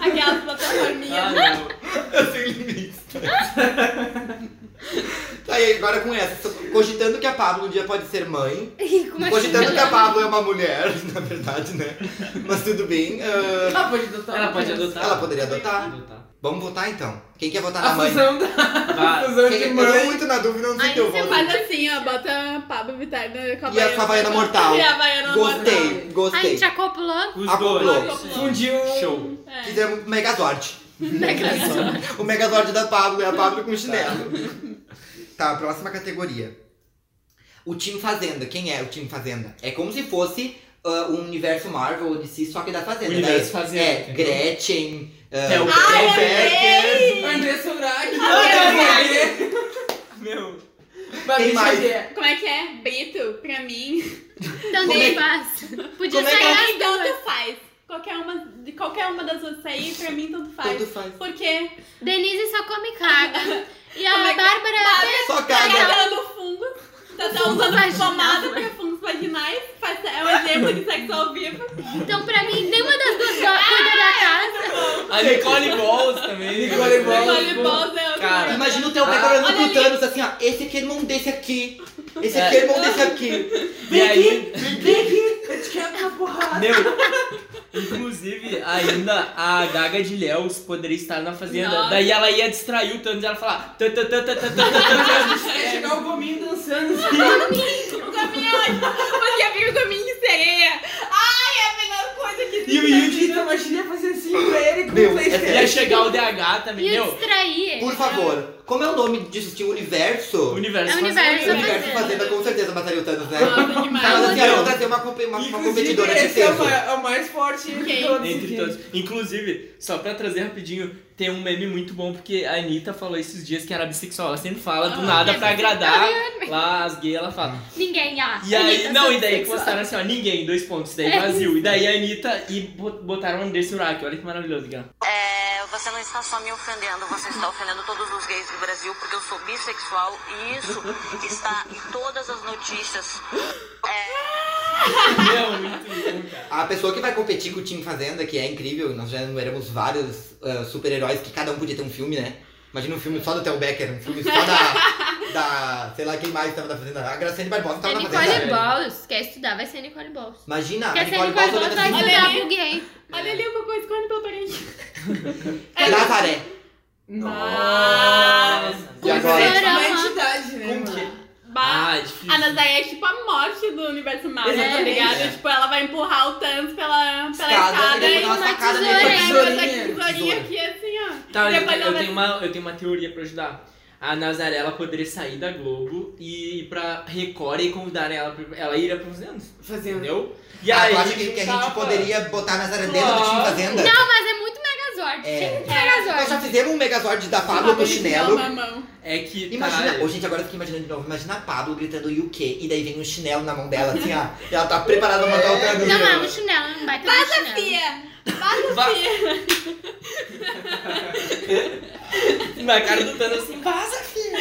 B: Aquelas plataforminhas.
D: Ah, não.
A: Eu sou ilimista. tá aí, agora com essa. Cogitando que a Pablo um dia pode ser mãe.
E: E com
F: assim?
E: uma
A: Cogitando que a
E: chinelona.
A: Pablo é uma mulher, na verdade, né? Mas tudo bem. ah,
F: Ela pode adotar.
D: Ela pode adotar.
A: ela poderia adotar.
D: adotar.
A: Vamos votar então. Quem quer votar na
F: A
A: mãe?
F: fusão da... A
D: Vai.
F: fusão
A: Quem-
F: de
A: eu tô
F: mãe.
A: muito na dúvida, eu não sei o
E: Aí
A: que eu
E: você
A: voto.
B: Faz assim, ó, bota Pablo Vittar na com a
A: Ah. E a sua Havaiana mortal.
B: E a Havaiana mortal.
A: Gostei,
E: A gente
A: gostei.
E: acoplou.
D: Os
A: Acoplou.
D: dois. Um
F: Fundiu.
D: Show.
B: É.
A: Fizemos o Megazord.
E: Megazord.
A: O Megazord da Pablo é a Pablo com chinelo. Tá, próxima categoria. O Team Fazenda. Quem é o Team Fazenda? É como se fosse ah, um universo Marvel ou DC, só que da Fazenda.
D: Universo
A: né?
D: Fazenda,
A: É,
D: entendeu?
A: Gretchen. ah,
D: Theo
A: Theo Becker.
F: André Surak.
D: Meu.
A: Tem mais.
B: Como é que é? Brito, pra mim.
A: Como é
E: Também
A: que-
E: faz. então Podia
A: como é que
E: sair
B: Pra mim,
E: as duas.
B: tanto Então faz. Qualquer uma, de qualquer uma das duas sair, pra mim, tanto faz.
A: Tanto faz.
B: Por quê?
E: Denise só come carne. E a
B: Como é que-
E: Bárbara.
A: Só
B: Tá
A: caga.
B: agarrando fungo. Tá, tá usando
E: vaginal.
B: pomada pra fungos vaginais. Faz, é um exemplo de sexo ao vivo.
E: Então, pra mim, nenhuma das duas go- cuida da casa.
D: A Nicole Balls também.
F: Nicole Balls.
B: Voleibol é outro
D: Cara,
B: negócio.
A: Imagina o Theo Becker
D: Ah.
A: olhando
B: Olha
A: pro
B: ali.
A: Thanos assim, ó. Esse aqui é irmão desse aqui. Esse
D: É.
A: aqui é irmão desse aqui.
D: E aí,
F: Eu te quero pra porrada.
D: Meu, inclusive, ainda a Gaga de Léus poderia estar na fazenda.
B: Nossa.
D: Daí ela ia distrair o Thanos e ela falar. "Tã, tã, tã, tã, tã, tã, tã,
F: Ia chegar o gominho dançando. assim.
B: O caminho Você já viu o caminho de sereia? Ai, é a melhor coisa que
F: E o
B: existe.
F: Yuji Tamashina fazia assim pra ele com
A: Meu,
F: o
A: é
D: tã."
A: sério.
F: Playstation.
D: Ia chegar o DH também,
E: E eu
D: meu.
E: distraí ele.
A: Por favor, como é o nome disso? Tinha Universo?
D: Universo.
E: É o
D: Fazenda.
A: O
E: universo.
A: Universo Fazenda com certeza mataria o Thanos, né?
B: Nossa,
A: Mas assim,
B: demais.
A: eu vou trazer uma, compe- uma, uma
F: Inclusive,
A: competidora de
F: esse é o
A: peso.
F: ma- é o mais forte
B: Quem?
F: de todos.
D: Entre todos. Inclusive, só pra trazer rapidinho, tem um meme muito bom, porque a Anitta falou esses dias que era bissexual. Ela sempre fala do
B: Ah,
D: nada pra agradar lá as gays, ela fala.
E: Ninguém, ah.
D: E aí,
E: Anitta,
D: não,
E: sou
D: e daí
E: bissexual.
D: postaram assim, ó, ninguém, dois pontos, daí
E: É
D: vazio. E daí a Anitta e bot- botaram o André Surak, olha que maravilhoso, cara.
H: É, você não está só me ofendendo, você está ofendendo todos os gays do Brasil, porque eu sou bissexual e isso está em todas as notícias.
D: Meu, muito bom, cara.
A: A pessoa que vai competir com o Team Fazenda, que é incrível, nós já enumeramos vários ah, super-heróis que cada um podia ter um filme, né? Imagina um filme só do Theo Becker, um filme só da. da sei lá quem mais tava na Fazenda. A Graciane Barbosa
E: É
A: tava na Fazenda.
E: Nicole Balls. Quer estudar, vai ser Nicole Balls.
A: Imagina, a
E: Quer ser
A: Nicole Balls
E: Nicole Balls,
A: olhando
E: vai
A: assim.
E: estudar pro gay.
B: É. Olha ali o cocô escorrendo pela parede.
A: É Nazaré.
D: Ah,
B: Nossa.
A: E agora?
F: Gente,
E: Será?
F: uma entidade, né?
D: Como
F: mano?
D: que-
B: Bah.
D: Ah, é difícil.
B: A Nazaré é tipo a morte do universo Marvel, tá
E: Exatamente.
B: ligado?
A: É.
B: Tipo, ela vai empurrar o Thanos pela, pela
A: Escada, ele
B: escada e
A: vai dar uma sacada
B: e
A: nele
B: vai
A: com a
B: botar
F: tesourinha.
B: né? a tesourinha
A: Tesoura.
B: aqui assim, ó.
D: Tá,
B: E
D: eu,
B: depois
D: eu
B: ela vai-
D: tenho uma, eu tenho uma teoria pra ajudar. A Nazaré, ela poderia sair da Globo e ir pra Record e convidarem ela, pra- ela iria pra anos,
F: Fazendo.
D: entendeu? E
A: ah,
D: aí,
A: eu acho que, que a gente
D: juntava-
A: poderia botar a Nazaré dentro do Team
D: Claro.
A: Fazenda.
E: Não, mas é muito Megazord.
A: É.
E: Chega de
A: Nós já
E: Megazord.
A: fizemos um Megazord da Pablo
B: Uma
A: com
B: mão,
A: chinelo.
B: uma mão.
D: É que, tá,
A: Imagina,
D: é-
A: oh, gente, agora eu fiquei imaginando de novo. Imagina a Pablo gritando UK e daí vem um chinelo na mão dela, assim, ó. E ela
D: É.
E: é
A: tá preparada pra matar o cara
E: Não, é um chinelo, não vai ter um chinelo.
B: Fia,
D: Va- Na cara do Thanos assim, vaza, filho!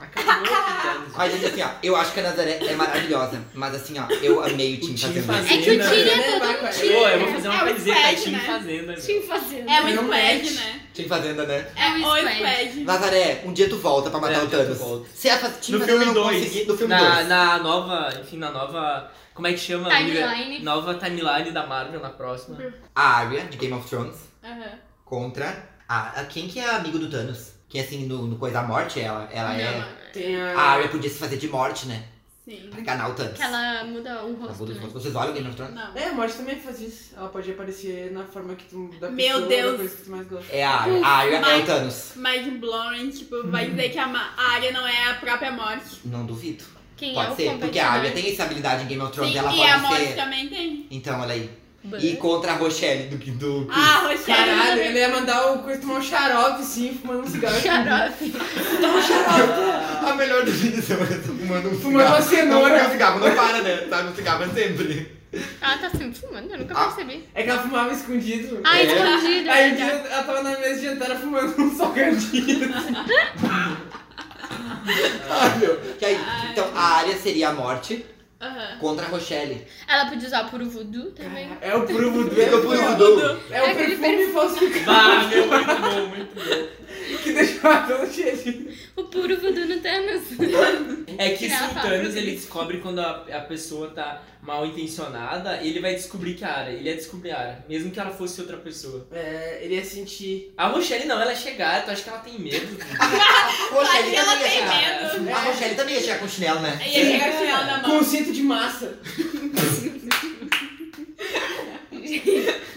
F: Acabou o
A: Ai, gente, assim, ó, eu acho que a Nazaré é maravilhosa, mas assim, ó, eu amei o Tim
D: Team
A: Fazenda.
E: É que o
D: Fazenda.
E: Tiri é todo um
D: Pô,
E: Tiri.
D: eu vou fazer uma
B: É o
D: camiseta, é
B: Squad,
D: Team
B: né?
D: Fazenda.
E: Team fazenda.
B: É
F: Não
B: muito
F: mete.
B: flag, né?
A: Tim Fazenda, né?
B: É
E: um
B: muito
E: squad.
B: flag.
A: Nazaré, um dia tu volta pra
D: É,
A: matar
D: um
A: o
D: dia tu
A: Thanos.
D: volta.
A: Se a fa- Tim
D: No
A: Fazenda
D: filme
A: não
D: dois.
A: conseguir, no filme
D: na,
A: 2.
D: na nova, enfim, na nova. Como é que chama?
A: Ah,
E: Timeline.
D: amiga? Nova timeline da Marvel na próxima.
A: A Arya, de Game of Thrones,
B: Aham.
A: contra a... a- Quem que é amigo do Thanos? Quem, assim, no, no Coisa da Morte, ela, ela é...
B: Não,
F: Tem
A: A
F: a.
A: Arya podia se fazer de morte, né?
B: Sim.
A: Pra enganar o Thanos.
E: Que ela muda o
A: Na boca
E: rosto.
A: dos
E: né?
A: monstros. Vocês olham Game of Thrones?
B: Não.
F: É, a morte também faz isso. Ela pode aparecer na forma que tu. Da
B: Meu
F: pessoa,
B: Deus.
F: Da coisa que tu mais gosta.
A: É a Arya. A Arya é
B: Mas-
A: o Thanos.
B: Mind blowing, tipo, vai
A: Hum.
B: dizer que a, ma- a área não é a própria morte.
A: Não duvido.
E: Quem é
A: pode
E: o
A: ser, porque a Arya tem essa habilidade em Game of Thrones.
B: né? Sim,
A: ela
B: e a
A: pode
B: morte
A: ser...
B: também tem.
A: Então, olha aí.
E: Bah.
A: E contra a Rochelle do... do...
B: Ah, Rochelle.
F: Caralho, ele ia mandar o Chris tomar um xarope, sim, fumando um cigarro.
E: Xarope.
B: Ah.
A: A melhor do vídeo é fumando um
F: Fumando uma cenoura.
A: Não, o cigarro não para, né? Sabe, o cigarro é sempre.
E: Ela tá sempre fumando, eu nunca
A: Ah.
E: percebi.
F: É que ela fumava escondido.
E: Ah,
A: É.
E: escondida.
F: Aí um dia
E: já.
F: ela tava na mesa de jantar fumando um salgadinho.
A: Ah, meu. Que aí, então, a área seria a morte
B: Aham.
A: contra a Rochelle.
E: Ela podia usar puro voodoo também.
F: É o puro voodoo.
A: Eu fui o do...
F: É o
E: Aquele
F: perfume falsificado
D: Bah, meu, muito bom, muito bom.
F: que deixou a toda cheia de...
E: O puro voodoo no Thanos.
D: É que se
E: Tirar a
D: o
E: fala
D: Thanos
E: pra
D: ele
E: mim.
D: descobre quando a, a pessoa tá mal intencionada, ele vai descobrir que é a Ara. Ele ia descobrir a Ara, mesmo que ela fosse outra pessoa.
F: É, ele ia sentir...
D: A Rochelle não, ela é chegada, tu acha que ela tem medo?
A: Rochelle
B: ela
A: também ia
B: tem
A: chegar.
F: É.
B: medo. né?
A: A Rochelle também ia chegar com chinelo, né?
B: E ele pega o chinelo na
F: Com
B: mão.
F: um cinto de massa.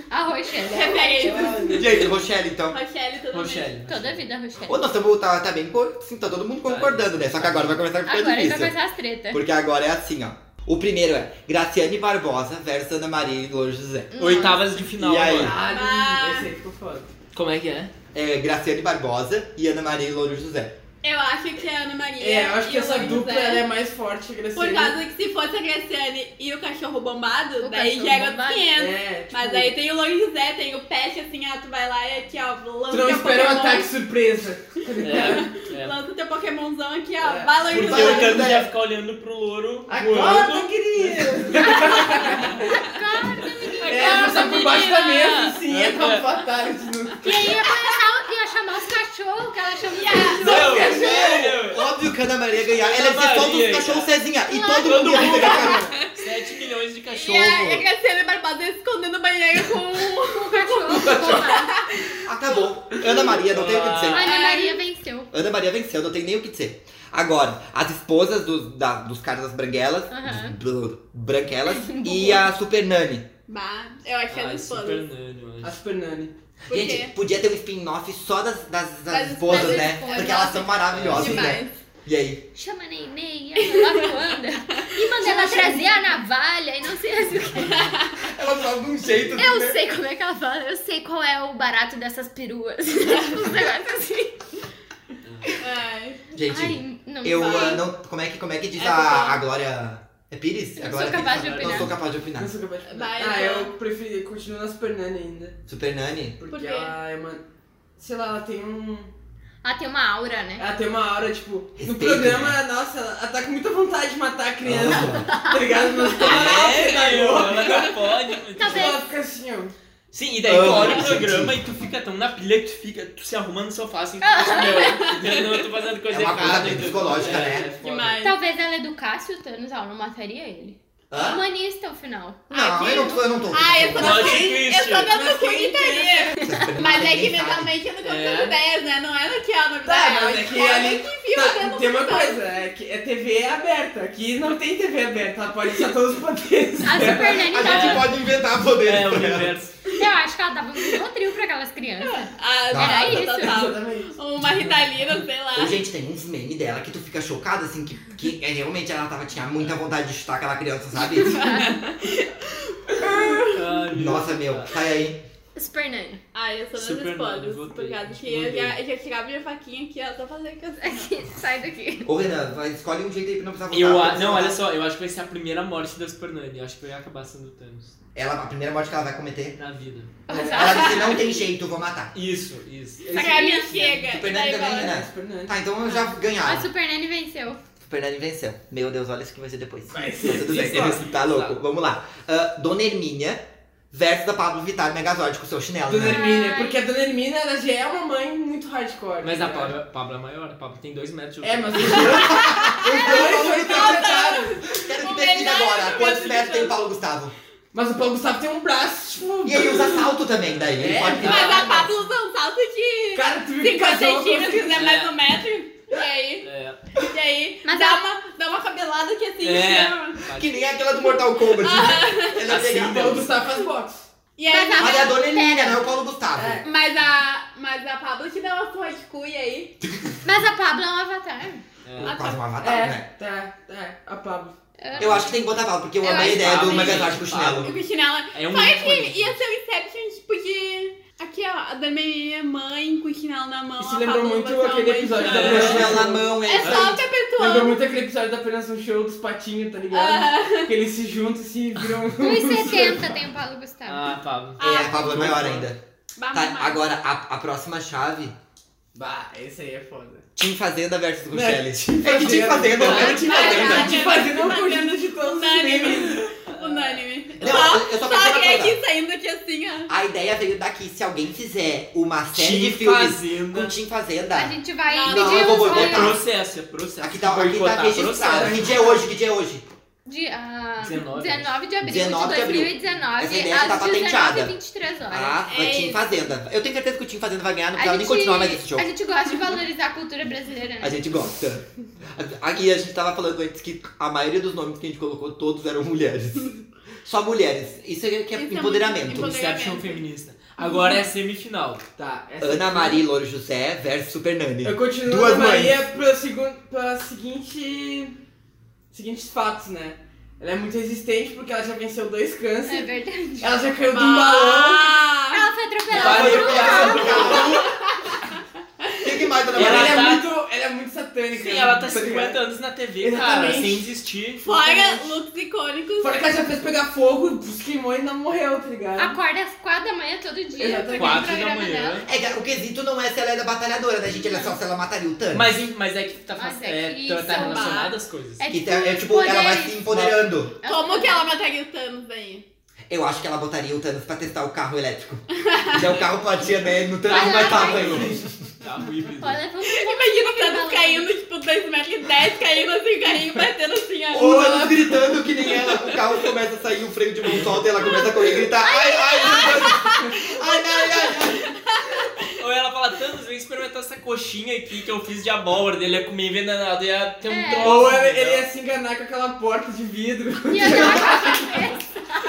E: A né? Rochelle.
B: Referência.
A: Gente, Rochelle, então.
B: Rochelle, todo mundo.
D: Rochelle.
E: Toda a vida, a Rochelle.
A: Ô, nossa, eu vou tá, tá bem, co- sim, tá todo mundo concordando, né? Só que agora vai começar a ficar
E: Agora ele vai
A: difícil.
E: começar as tretas.
A: Porque agora é assim, ó. O primeiro é Graciane Barbosa versus Ana Maria e Lourdes José.
D: Oitavas de final
A: E aí?
D: agora.
F: Caralho, esse aí ficou foda.
D: Como é que é?
A: É Graciane Barbosa e Ana Maria e Lourdes José.
B: Eu acho que a Ana Maria.
F: É, eu acho que
B: e o
F: essa
B: Luiz
F: dupla
B: Zé-
F: ela é mais forte, agressiva.
B: né? Por causa que se fosse a Graciane e o cachorro bombado,
E: O
B: daí
E: cachorro
B: gera
E: bombado.
B: 500.
F: É, tipo,
B: Mas aí tem o Lourdes Zé, tem o pet, assim, ah, tu vai lá e aqui, ó,
F: tu
B: lança
F: não
B: teu
F: espera um
B: Pokémon.
F: ataque surpresa.
D: É, é.
B: Lança teu Pokémonzão aqui, ó,
F: É.
B: vai Lourdes
A: Porque
D: Porque o
B: Zé.
D: Thanos ia ficar olhando pro louro voando.
F: Acorda, querido! É,
E: Acorda,
F: passar por baixo da
E: menina.
D: Ah,
F: mesa, sim, é tão fatality. no-
E: E aí ia começar ia chamar os cachorros, que ela chama os cachorros.
D: Não,
A: Sério?
D: sério?
A: Óbvio que a Ana Maria ia ganhar. Ela ia ser só
D: Maria,
A: dos cachorros Cezinha. E
E: Claro.
A: todo mundo ia
D: Todo
A: ganhar. cara.
D: 7 milhões de
B: E a, e a
D: cachorro.
B: Graciane Barbosa escondendo o banheiro com.
E: O cachorro ficou lá.
A: Acabou. Ana Maria, não tem o que
E: A
A: dizer.
E: Ana Maria venceu.
A: Ana Maria venceu, não tem nem o que dizer. Agora, as esposas dos, da- dos caras das branguelas,
E: Aham.
A: dos br- branquelas, e a Super Nani.
B: Bah, eu acho que ela
D: Ai, Ah, é super
B: esconde.
D: nani, eu
F: A
D: acho.
F: Super Nani.
B: Por
A: Gente,
B: quê?
A: podia ter um spin-off só das, das, das
B: Das
A: esposas,
B: esposas,
A: né?
E: esposas.
A: Porque elas são maravilhosas, né?
B: Demais.
F: é
A: E aí?
E: Chama Neném, e a Wanda. E manda ela trazer a navalha e não sei mais o que.
A: Elas falam de um jeito.
E: Eu sei como é que ela fala, eu sei qual é o barato dessas peruas. Uns negócios assim.
B: Ai.
A: Gente,
E: Ai, não
A: eu
E: sei.
A: ah, não. Como é que, como é que diz
B: É,
A: a,
B: porque-
A: a Glória. É Pires?
E: Eu
A: A
E: não
A: Glória
E: sou
A: Pires
E: capaz de
A: fala,
E: opinar.
A: Não sou capaz de opinar.
F: Não sou capaz de falar.
B: Vai,
F: Ah,
B: então.
F: eu prefiro, eu continuo na Super Nani ainda.
A: Super Nani?
F: Porque
B: Por quê?
F: ela é uma... Sei lá, ela tem um...
E: Ela tem uma aura, né?
F: Ela tem uma aura, tipo...
A: Respeito,
F: no programa, nossa, ela tá com muita vontade de matar a criança. tá ligado? Mas toda hora
D: É,
F: ela
D: meu,
F: pegou.
D: ela não pode.
E: Tá
D: mano.
E: bem.
F: Ela fica assim, ó.
D: Sim, e daí tu
A: Ah,
D: olha o
A: gente.
D: programa e tu fica tão na pilha que tu fica, tu se arrumando no sofá assim, tu fica assim, meu, eu não tô fazendo coisa
A: É uma coisa
D: errada.
A: bem
D: eu tô-
A: psicológica,
D: é,
A: né?
D: é foda.
B: Demais.
E: Talvez ela educasse o Thanos, ela não mataria ele.
A: Hã?
E: Humanista, ao final.
A: Não, eu não tô. Eu não tô
B: Ah, eu tô
D: Plot
B: dando Eu
D: twist.
B: tô dando
F: Mas quem
B: corritaria. Mas é que mentalmente eu não
D: É.
B: consigo 10, né? Não era que é o nome
F: Tá,
B: da
F: mas é que ali-
B: que viu né?
F: Tá,
B: dando
F: tem uma
B: corritaria.
F: coisa, é que é TV aberta. Aqui não tem TV aberta, ela pode usar todos os poderes.
E: A Super Nanny
A: A gente
E: tava.
A: pode inventar poderes.
D: É, o
A: cara.
D: universo.
E: Eu acho que ela tava um Rivotril pra aquelas crianças.
B: Ah,
A: Tá.
B: tá,
E: Era
B: tá,
E: isso.
B: tá, tá.
F: Exatamente.
B: Uma ritalina, sei lá.
A: Ô, gente, tem uns memes dela que tu fica chocado, assim, que, que é, realmente ela tava, tinha muita vontade de chutar aquela criança, sabe?
D: Ai,
A: Nossa, meu, sai aí.
E: Super Nani.
B: Ah, eu sou das
D: Super
B: spoilers.
D: Nani,
B: Por causa
D: voltei.
B: que eu já,
D: Mudei.
B: eu já tirava minha faquinha aqui, ela só fazia que eu
E: Aqui, sai daqui.
A: Ô, Renan, vai, escolhe um jeito aí pra não precisar votar.
D: Eu, a-
A: porque
D: não,
A: senão
D: olha só, eu acho que vai ser a primeira morte da Super Nani. Eu acho que vai acabar sendo o Thanos.
A: Ela, a primeira morte que ela vai cometer.
D: Na vida.
E: Tá.
A: Ela disse: não tem jeito, eu vou matar.
D: Isso, isso.
B: Só que a minha chega. tá
A: Super
B: E
A: Nani
B: daí
A: também,
B: vai.
A: Renan.
F: Super Nani.
A: Tá, então eu já
E: A
A: ganhava.
E: Super Nani venceu.
A: Super Nani venceu. Meu Deus, olha isso que vai ser depois.
D: Vai
A: Mas
D: ser,
A: Tudo bem,
D: sim, sabe,
A: ele tá
D: sim,
A: louco.
D: sabe.
A: Vamos lá. Ah, Dona Hermínia versus a Pablo Vittar Megazord com seu chinelo.
F: Dona
A: Né?
F: Hermínia, porque a Dona Hermínia, ela já é uma mãe muito hardcore.
D: Mas
F: tá
D: a
F: ligado?
D: Pablo, Pablo é maior, a Pablo tem dois metros. de
F: É,
D: altura.
F: mas os dois foram interpretados.
A: Quero que
B: O
A: pesquise
B: melhor
A: agora.
B: do
A: Quantos metros
B: meu
A: tem o
B: Twitter.
A: Paulo Gustavo?
F: Mas o Paulo Gustavo tem um braço, tipo...
A: E aí os assaltos também, daí. Ele
F: É,
A: pode
B: Mas
A: pegar.
B: a Pablo usa um salto de
F: Cara, tu me
B: 50
F: casou com
B: centímetros, né?
D: É.
B: Mais um metro. E aí?
D: É,
B: E aí?
E: Mas
B: dá,
E: a-
B: uma, dá uma cabelada que assim.
D: É.
B: chama.
A: Que nem aquela do Mortal Kombat. né? Ela
D: Assim,
A: pegava.
F: O Paulo Gustavo faz boxe.
B: E aí?
E: Mas
A: Mas é a Dona Hermínia,
E: Pera.
A: não é o Paulo Gustavo.
F: É.
B: Mas a, mas a Pablo te dá uma surra de cu e aí?
E: Mas a Pablo é um avatar.
D: é.
A: Quase um avatar, né?
F: É, tá, é, a Pablo.
A: Eu acho que tem que botar Paulo, porque eu
E: Eu
A: amei a
E: acho
A: ideia
D: que
A: do
D: sim.
A: Megazord com chinelo.
B: O Cuchinela.
D: É um
B: Só
D: ícone.
B: que ia ser o Inception, tipo de... Aqui, ó, a da minha mãe com o chinelo na mão.
F: Isso
B: a
F: lembrou
B: Pablo
F: muito
B: vai ser um uma
F: aquele
B: mãe
F: episódio
A: Com
F: da
B: chorando.
A: o chinelo na mão,
B: É
A: hein?
B: só
F: Lembrou
B: perpetuando.
F: muito aquele episódio da Apenas um Show dos Patinhos, tá ligado?
B: Ah,
F: Que eles se juntam e se
E: 1,70
F: viram...
E: tem o Paulo Gustavo.
D: Ah, Pablo.
A: É, a Pablo é maior ainda.
B: barra
A: Tá,
B: mais.
A: agora a, a próxima chave.
F: Bah, esse aí é foda.
A: Team Fazenda versus
F: Não,
A: Guchelli.
F: Team
A: É que Team Fazenda,
F: Fazenda, né?
A: eu quero Team Fazenda.
B: Caraca.
F: Te fazendo um conjunto de todos os memes.
B: Unânime. Unânime.
A: Não, eu- eu só
B: só é
A: quero
B: alguém
A: uma coisa.
B: aqui saindo aqui assim, ó.
A: A ideia veio daqui. Se alguém fizer uma série de
D: Te
A: filmes
D: fazenda.
A: com Team Fazenda,
E: A gente vai
B: Não,
E: pedir
A: eu vou
E: os
D: É
A: boicotar.
E: olhos
D: processo, é processo.
A: aqui tá, aqui tá
D: Boicotar,
A: registrado. Que dia é hoje? Que dia é hoje?
E: de ah,
D: 19,
E: 19 de abril
A: 19 de
E: de
A: abril.
E: 2019
A: Essa ideia já tá
E: às 19
A: patenteada.
E: e 23 horas.
A: Ah,
B: É
A: Team
B: isso.
A: Fazenda. Eu tenho certeza que o Team Fazenda vai ganhar, não
E: A
A: precisa nem continuar mais esse
E: a
A: jogo.
E: gente gosta de valorizar a cultura brasileira, né?
A: A gente gosta. Aqui a gente tava falando antes que a maioria dos nomes que a gente colocou, todos eram mulheres. Só mulheres. Isso é que é
B: Isso é muito
A: empoderamento.
B: empoderamento.
D: Inception feminista. Agora é a semifinal.
F: Tá, essa
A: Ana
F: aqui-
A: é Maria e Louro José versus Super Nani.
F: Eu continuo
A: Duas
F: Duas Maria pra, segun, pra seguinte. Seguintes fatos, né? Ela é muito resistente porque ela já venceu
E: É
F: dois cânceres.
E: verdade.
F: Ela já caiu de um balão.
B: Ah,
E: Ela foi atropelada
A: Vai,
E: por um
A: vai,
E: carro.
A: vai. O que que mais Ana
D: Ela
F: Ela,
A: Maria?
F: é
D: tá-
F: muito, ela é muito satânica. né?
D: Sim, ela tá
F: ligado?
D: 50 anos na TV,
F: Exatamente.
D: cara, sem desistir.
B: Fora looks icônicos.
F: Fora que ela já fez pegar fogo, se queimou e não morreu, tá ligado?
E: Acorda às 4 da manhã todo dia.
F: Exatamente.
E: porque o
D: 4 da
E: programa
D: manhã.
E: dela.
A: É que o quesito não é se ela era batalhadora, né, gente? Ela é só se ela mataria o Thanos.
D: Mas, em- mas é que tá,
E: Mas
D: faz,
E: é
D: é,
E: que
D: tá, tá
E: são
D: relacionado as coisas.
E: É
A: Que
E: tipo,
A: tá- é tipo, ela vai
E: poderes.
A: se empoderando.
B: Como que ela tá mataria o Thanos aí?
A: Eu acho que ela botaria o Thanos pra testar o carro elétrico. Se é o carro platina, né? No Thanos
E: Vai
A: vai
E: lá,
A: estar,
E: vai.
A: velho.
D: Tá ruim.
E: Olha, vamos
B: Imagina o
E: Balão.
B: Thanos caindo, tipo, 2 metros e 10, caindo assim, o carrinho batendo assim, ó.
A: Ou ela gritando que nem ela. O carro começa a sair, o freio de mão solta e ela começa a correr e gritar. Ai, ai, ai, ai, ai, ai, ai.
D: Ou ela fala, Thanos, vem experimentar essa coxinha aqui que eu fiz de abóbora, ele ia comer envenenado, ia ter um
E: É.
D: troço.
F: Ou ele,
D: entendeu?
F: ele ia se enganar com aquela porta de vidro.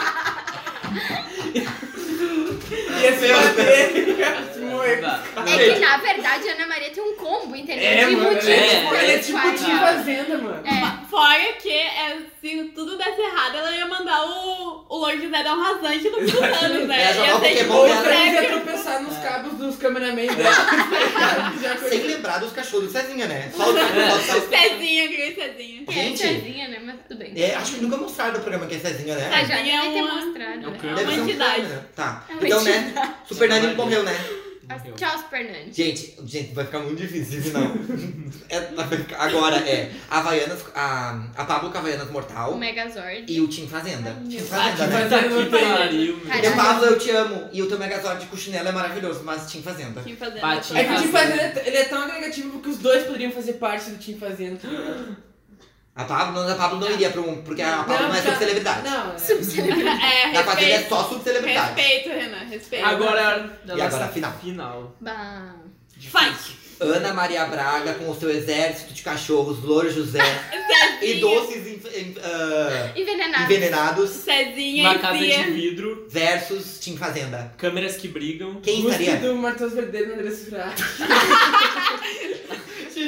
E: E assim, eu já
F: ia se bater, ia se morrer.
D: Tá.
E: É que na verdade a Ana Maria tem um né, combo, entendeu?
F: É,
E: de
F: mano,
E: motivos
D: é,
E: pelos
F: Ela é tipo
E: quais-
F: de fazenda, mano.
E: É.
B: Fora que, é, se tudo desse errado, ela ia mandar o, o Lord José dar um rasante no fim do Thanos, né?
A: Ela
B: Ia
A: jogar o
B: ser, tipo,
A: Pokémon né? dela.
F: Ou
B: um
F: então ele ia
B: treco.
F: tropeçar nos cabos dos cameramen dela. Já
A: Sem lembrar dos cachorros do Cezinha, né? Só o só o-
B: Cezinha, aquele Cezinha.
E: Que é
A: Gente.
E: tiazinha, né? Mas tudo bem.
A: É, acho que nunca mostraram o programa que é Cezinha, né?
E: Tá, já
B: Cezinha
E: devem ter
B: é uma-
E: mostrado.
D: É um
E: né?
D: cano.
A: Deve ser um
B: entidade.
A: filme, né? Tá.
E: É uma
A: Então, né? Super
D: Ela
A: Nani
D: vai-
A: morreu, né?
D: Morreu.
E: Tchau, Super Nani.
A: Gente, gente, vai ficar muito difícil esse não. É, vai ficar- agora é a Havaianas, a, a Pablo com a Havaianas
E: O
A: Mortal
E: Megazord.
A: e o Tim Fazenda.
E: Ai,
A: Tim
E: meu
A: Fazenda, né?
D: Puta que tá pariu, meu.
A: Porque Pablo, eu te amo. E o teu Megazord com chinelo é maravilhoso, mas Tim Fazenda.
B: Tinha né? fazenda.
A: né?
D: Bate.
F: É que o Team Fazenda ele é- ele é tão agregativo que os dois poderiam fazer parte do Team Fazenda.
A: A Pablo, não, a Pablo não iria pra um. Porque a Pablo não, é
F: tá-
A: subcelebridade.
F: Não, é.
B: É,
A: Na Fazenda é
B: respeito.
A: só subcelebridade.
B: Respeito, Renan, respeito.
D: Agora é a hora da
A: E agora,
D: nossa
A: final.
D: final.
E: Bah.
B: Fight!
A: Ana Maria Braga com o seu exército de cachorros, Louro José e doces inf- inf- ah,
E: Envenenado.
A: envenenados
B: Cezinha
D: Uma
B: e
D: casa
B: Cia.
D: de vidro,
A: versus Tim Fazenda.
D: câmeras que brigam.
A: Quem
F: Música
A: estaria?
F: do Matheus Verdeiro e André Surat.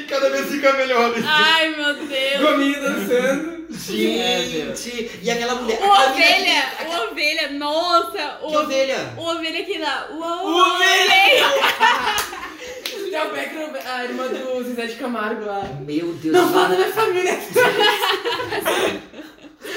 A: Cada vez fica melhor.
B: Ai, meu Deus.
F: Gominho dançando.
A: Gente! E aquela mulher.
B: O
A: aquela mina
B: ovelha,
A: que- aquela-
B: o ovelha, nossa! O
A: Que ovelha?
B: O ovelha aqui na. Uou,
F: Ovelha! Del Becker, a irmã do Zezé de Camargo lá.
A: Meu Deus
F: Não fala da minha família.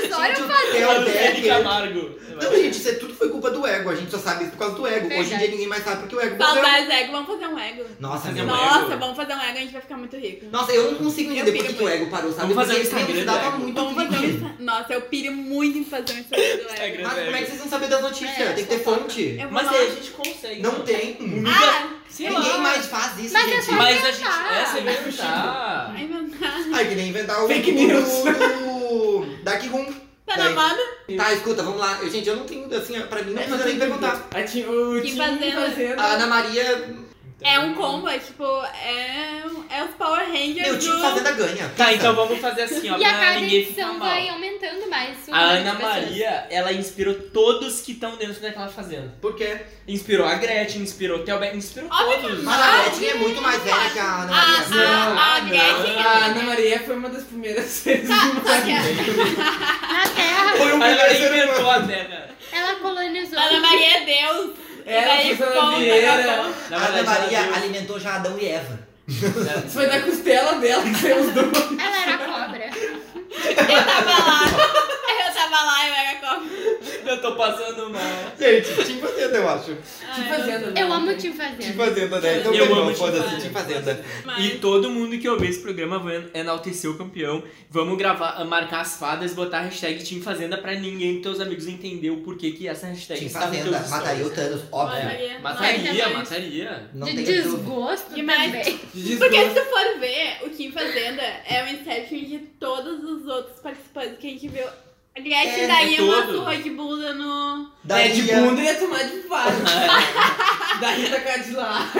E: História
A: Gente,
E: eu
A: o
E: faço.
A: Theo
D: Zé de
A: Becker.
D: Camargo.
A: Não, gente, isso é tudo foi culpa do ego. A gente só sabe isso por causa do ego. Hoje em
E: Verdade.
A: dia ninguém mais sabe porque o ego morreu.
B: Saudades, ego, vamos fazer um ego.
A: Nossa,
D: Fazer
A: meu
D: um
B: Nossa,
D: ego?
B: vamos fazer um ego, a gente vai ficar muito rico.
A: Nossa, eu não consigo entender
B: Eu
A: por que
B: fico
A: que o
B: com
A: ego parou, sabe?
D: Vamos fazer
A: porque
D: um
A: eles
D: Instagram
A: dava
D: do
A: muito
B: Vamos fazer um
A: clique.
B: Insta- Nossa, eu pilho muito em fazer um Instagram do ego.
D: Instagram.
A: Mas como é que vocês vão saber das notícias?
E: É,
A: tem que ter fonte.
B: Eu vou
D: Mas é
B: lá.
D: aí a gente consegue.
A: Não tem.
B: Ah,
D: Sei lá.
A: Ninguém mais faz isso,
E: Mas é
A: gente.
E: só-
D: Mas a gente.
E: inventar.
D: Essa é inventar.
B: ai, meu Deus. Tá
A: Ai, que nem inventar o.
F: Fake news.
A: o- o- Dark Room.
B: Tá
A: Daí-
B: namorado?
A: Tá, escuta, vamos lá. Eu, gente, eu não tenho, assim, pra
F: É,
A: mim não precisa nem perguntar.
F: A ti, o
B: Que
F: Tim
B: fazenda.
F: fazendo.
A: A Ana Maria,
B: É um combo, é tipo, é, é os Power Rangers
A: meu time
B: do...
A: fazenda ganha.
D: Tá,
A: Pensa.
D: então vamos fazer assim, ó.
E: E a
D: pra
E: cada
D: ninguém ficar
E: edição
D: mal.
E: vai aumentando mais. o
D: A
E: número de
D: Ana
E: pessoas.
D: Maria, ela inspirou todos que estão dentro daquela fazenda.
A: Por quê?
D: Inspirou a Gretchen, inspirou o Telbeck, inspirou
B: Óbvio
D: todos.
A: Mas a Gretchen é muito mais velha que a Ana Maria.
B: Ah,
D: Não,
B: a
D: não.
E: é
B: Gretchen.
F: A Ana Maria foi uma das primeiras vezes.
B: Só que a
E: Na Terra,
A: Foi o
D: Ela
A: primeiro ser humano.
D: inventou a terra.
E: ela colonizou.
B: Ana Maria é Deus.
F: Ela,
B: E daí,
F: Susana
B: ponta,
F: Vieira.
B: tá
E: é.
B: bom.
D: Na
A: A Ana
D: verdade, ela
A: Maria
D: deu-
A: alimentou já Adão e Eva.
F: Isso foi da costela dela que saiu os dois.
E: Ela era cobra.
B: Eu tava lá. Eu tava lá e eu era como...
D: Eu tô passando mal.
A: Gente, time fazenda, eu acho.
D: Ah,
F: Tim
D: é.
F: fazendo.
E: Eu amo o
B: tipo
E: Tim Fazenda.
A: fazenda, né?
D: Eu
A: melhor,
D: amo Tim
A: foda-se,
D: Fazenda.
A: Tim fazenda.
D: E todo mundo que ouvir esse programa vai enaltecer o campeão. Vamos gravar, ah, marcar as fadas, botar a hashtag Team Fazenda pra ninguém dos teus amigos entender o porquê que essa hashtag
A: Tim
D: está nos teus
A: fazenda,
D: stories.
A: mataria o Thanos, óbvio.
B: Maria.
D: Mataria,
B: Mas-
D: mataria.
A: Não
E: de
A: tem dúvida.
E: desgosto
B: Demais.
E: também.
F: De
B: Porque se
F: desgosto.
B: tu for ver, o Kim Fazenda é o Inception de todos os outros participantes que a gente viu. A Gretchen
A: É,
B: daí
D: é
B: uma
D: todo.
B: surra de bunda no...
A: Da
F: é, de
A: Lia,
F: bunda ia tomar de vários. da Rita Cadillac.
E: Ah,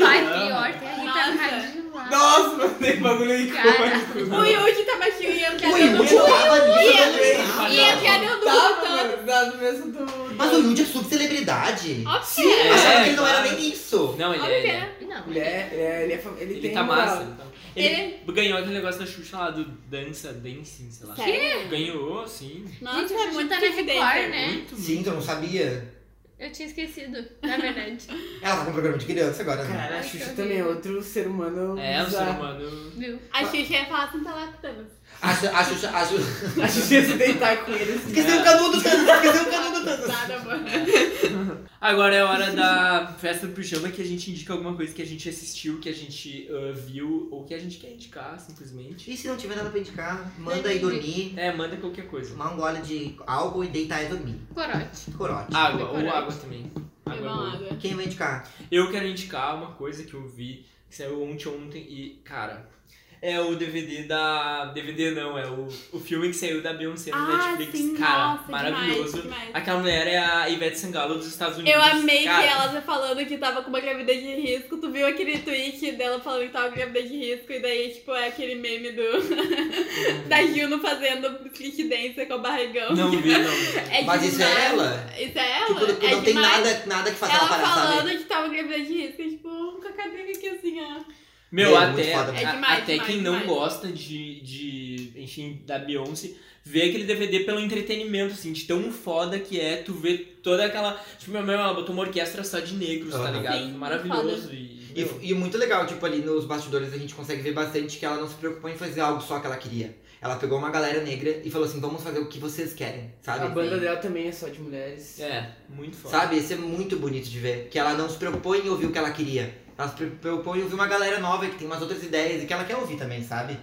E: Vai pior, tem a
B: Nossa.
E: Rita Cadillac.
F: Nossa, mano, tem bagulho
E: Cara.
D: Uhum.
F: icônico.
B: O Yuji tava aqui tá e eu
A: O Yuji tava ali, eu não lembrava.
B: E eu quero
D: Tá,
B: do
F: Tava,
B: tanto.
F: Tá, mano, dava mesmo do...
A: Mas o Yuji é subcelebridade.
B: Óbvio.
D: É,
A: Achava que ele não era
D: claro.
A: nem isso.
D: Não, ele
B: Óbvio
D: é.
B: que
D: ele é.
B: é.
E: Não,
F: Ele é, ele é, ele é fam- ele
D: Ele
F: tem
D: tá
F: moral.
D: massa. então. Ele, ganhou aquele negócio da Xuxa lá do dança, dancing, sei lá.
B: Sério?
D: Ganhou, sim. É.
E: Gente,
B: Nossa,
E: o
B: é
E: Juju
B: muito
E: tá na Record,
B: evidente.
E: né?
D: Muito,
A: Sim, eu não sabia.
E: Eu tinha esquecido, na verdade.
A: Ela tá com um programa de criança agora, né?
F: Cara, a
E: Ai,
F: Xuxa
E: que
F: também é
E: horrível.
F: outro ser humano.
D: É, um ser
F: bizarro.
D: humano.
E: Viu?
B: A Xuxa ia falar assim, tá lactando.
A: A Xuxa, a Xuxa, a Xuxa.
F: A Xuxa ia se deitar com ele. assim.
A: Esqueceu o canudo, Thanos, esqueceu o canudo, Thanos.
B: Nada, mano.
D: Tá, Agora é a hora da festa do pijama que a gente indica alguma coisa que a gente assistiu, que a gente ah, viu, ou que a gente quer indicar, simplesmente.
A: E se não tiver nada pra indicar, manda aí dormir,
D: É, manda qualquer coisa.
A: tomar um gole de álcool e deitar e dormir.
E: Corote.
A: Corote.
D: Água, ou
E: Decorante.
D: água também. Água é
B: Bebam
D: boa.
B: água.
A: Quem vai indicar?
D: Eu quero indicar uma coisa que eu vi, que saiu ontem, ontem, e, cara, é o DVD da... DVD não, é o, o filme que saiu da Beyoncé na
B: Ah,
D: Netflix.
B: sim,
D: cara,
B: nossa,
D: maravilhoso.
B: Demais, demais.
D: Aquela mulher é a Ivete Sangalo dos Estados Unidos.
B: Eu amei
D: Cara,
B: que ela tá falando que tava com uma gravidez de risco. Tu viu aquele tweet dela falando que tava com gravidez de risco e daí, tipo, é aquele meme do... da Juno fazendo split dance com o barrigão.
D: Não vi, não.
B: É
A: Mas isso é
B: demais.
A: ela?
B: Isso é ela?
A: Tipo, não tem
B: é demais.
A: nada, nada que faça
B: Ela
A: ela parar,
B: falando
A: sabe?
B: que tava com gravidez de risco, e, tipo, com a cadeira aqui assim, ó.
D: Meu,
A: Meu,
D: até,
A: muito foda.
B: É
D: a-
B: demais,
D: até
B: demais,
D: quem não
B: demais.
D: gosta de, de, enfim, da Beyoncé, vê aquele DVD pelo entretenimento, assim, de tão foda que é, tu vê toda aquela... Tipo, minha mãe, ela botou uma orquestra só de negros, tá
A: Aham.
D: ligado?
B: Sim,
D: Maravilhoso e...
A: E, e muito legal, tipo, ali nos bastidores a gente consegue ver bastante que ela não se preocupou em fazer algo só que ela queria. Ela pegou uma galera negra e falou assim, vamos fazer o que vocês querem, sabe?
F: A banda dela também é só de mulheres.
D: É, muito foda.
A: Sabe, isso é muito bonito de ver. Que ela não se preocupou em ouvir o que ela queria. Ela se preocupou em ouvir uma galera nova que tem umas outras ideias e que ela quer ouvir também, sabe?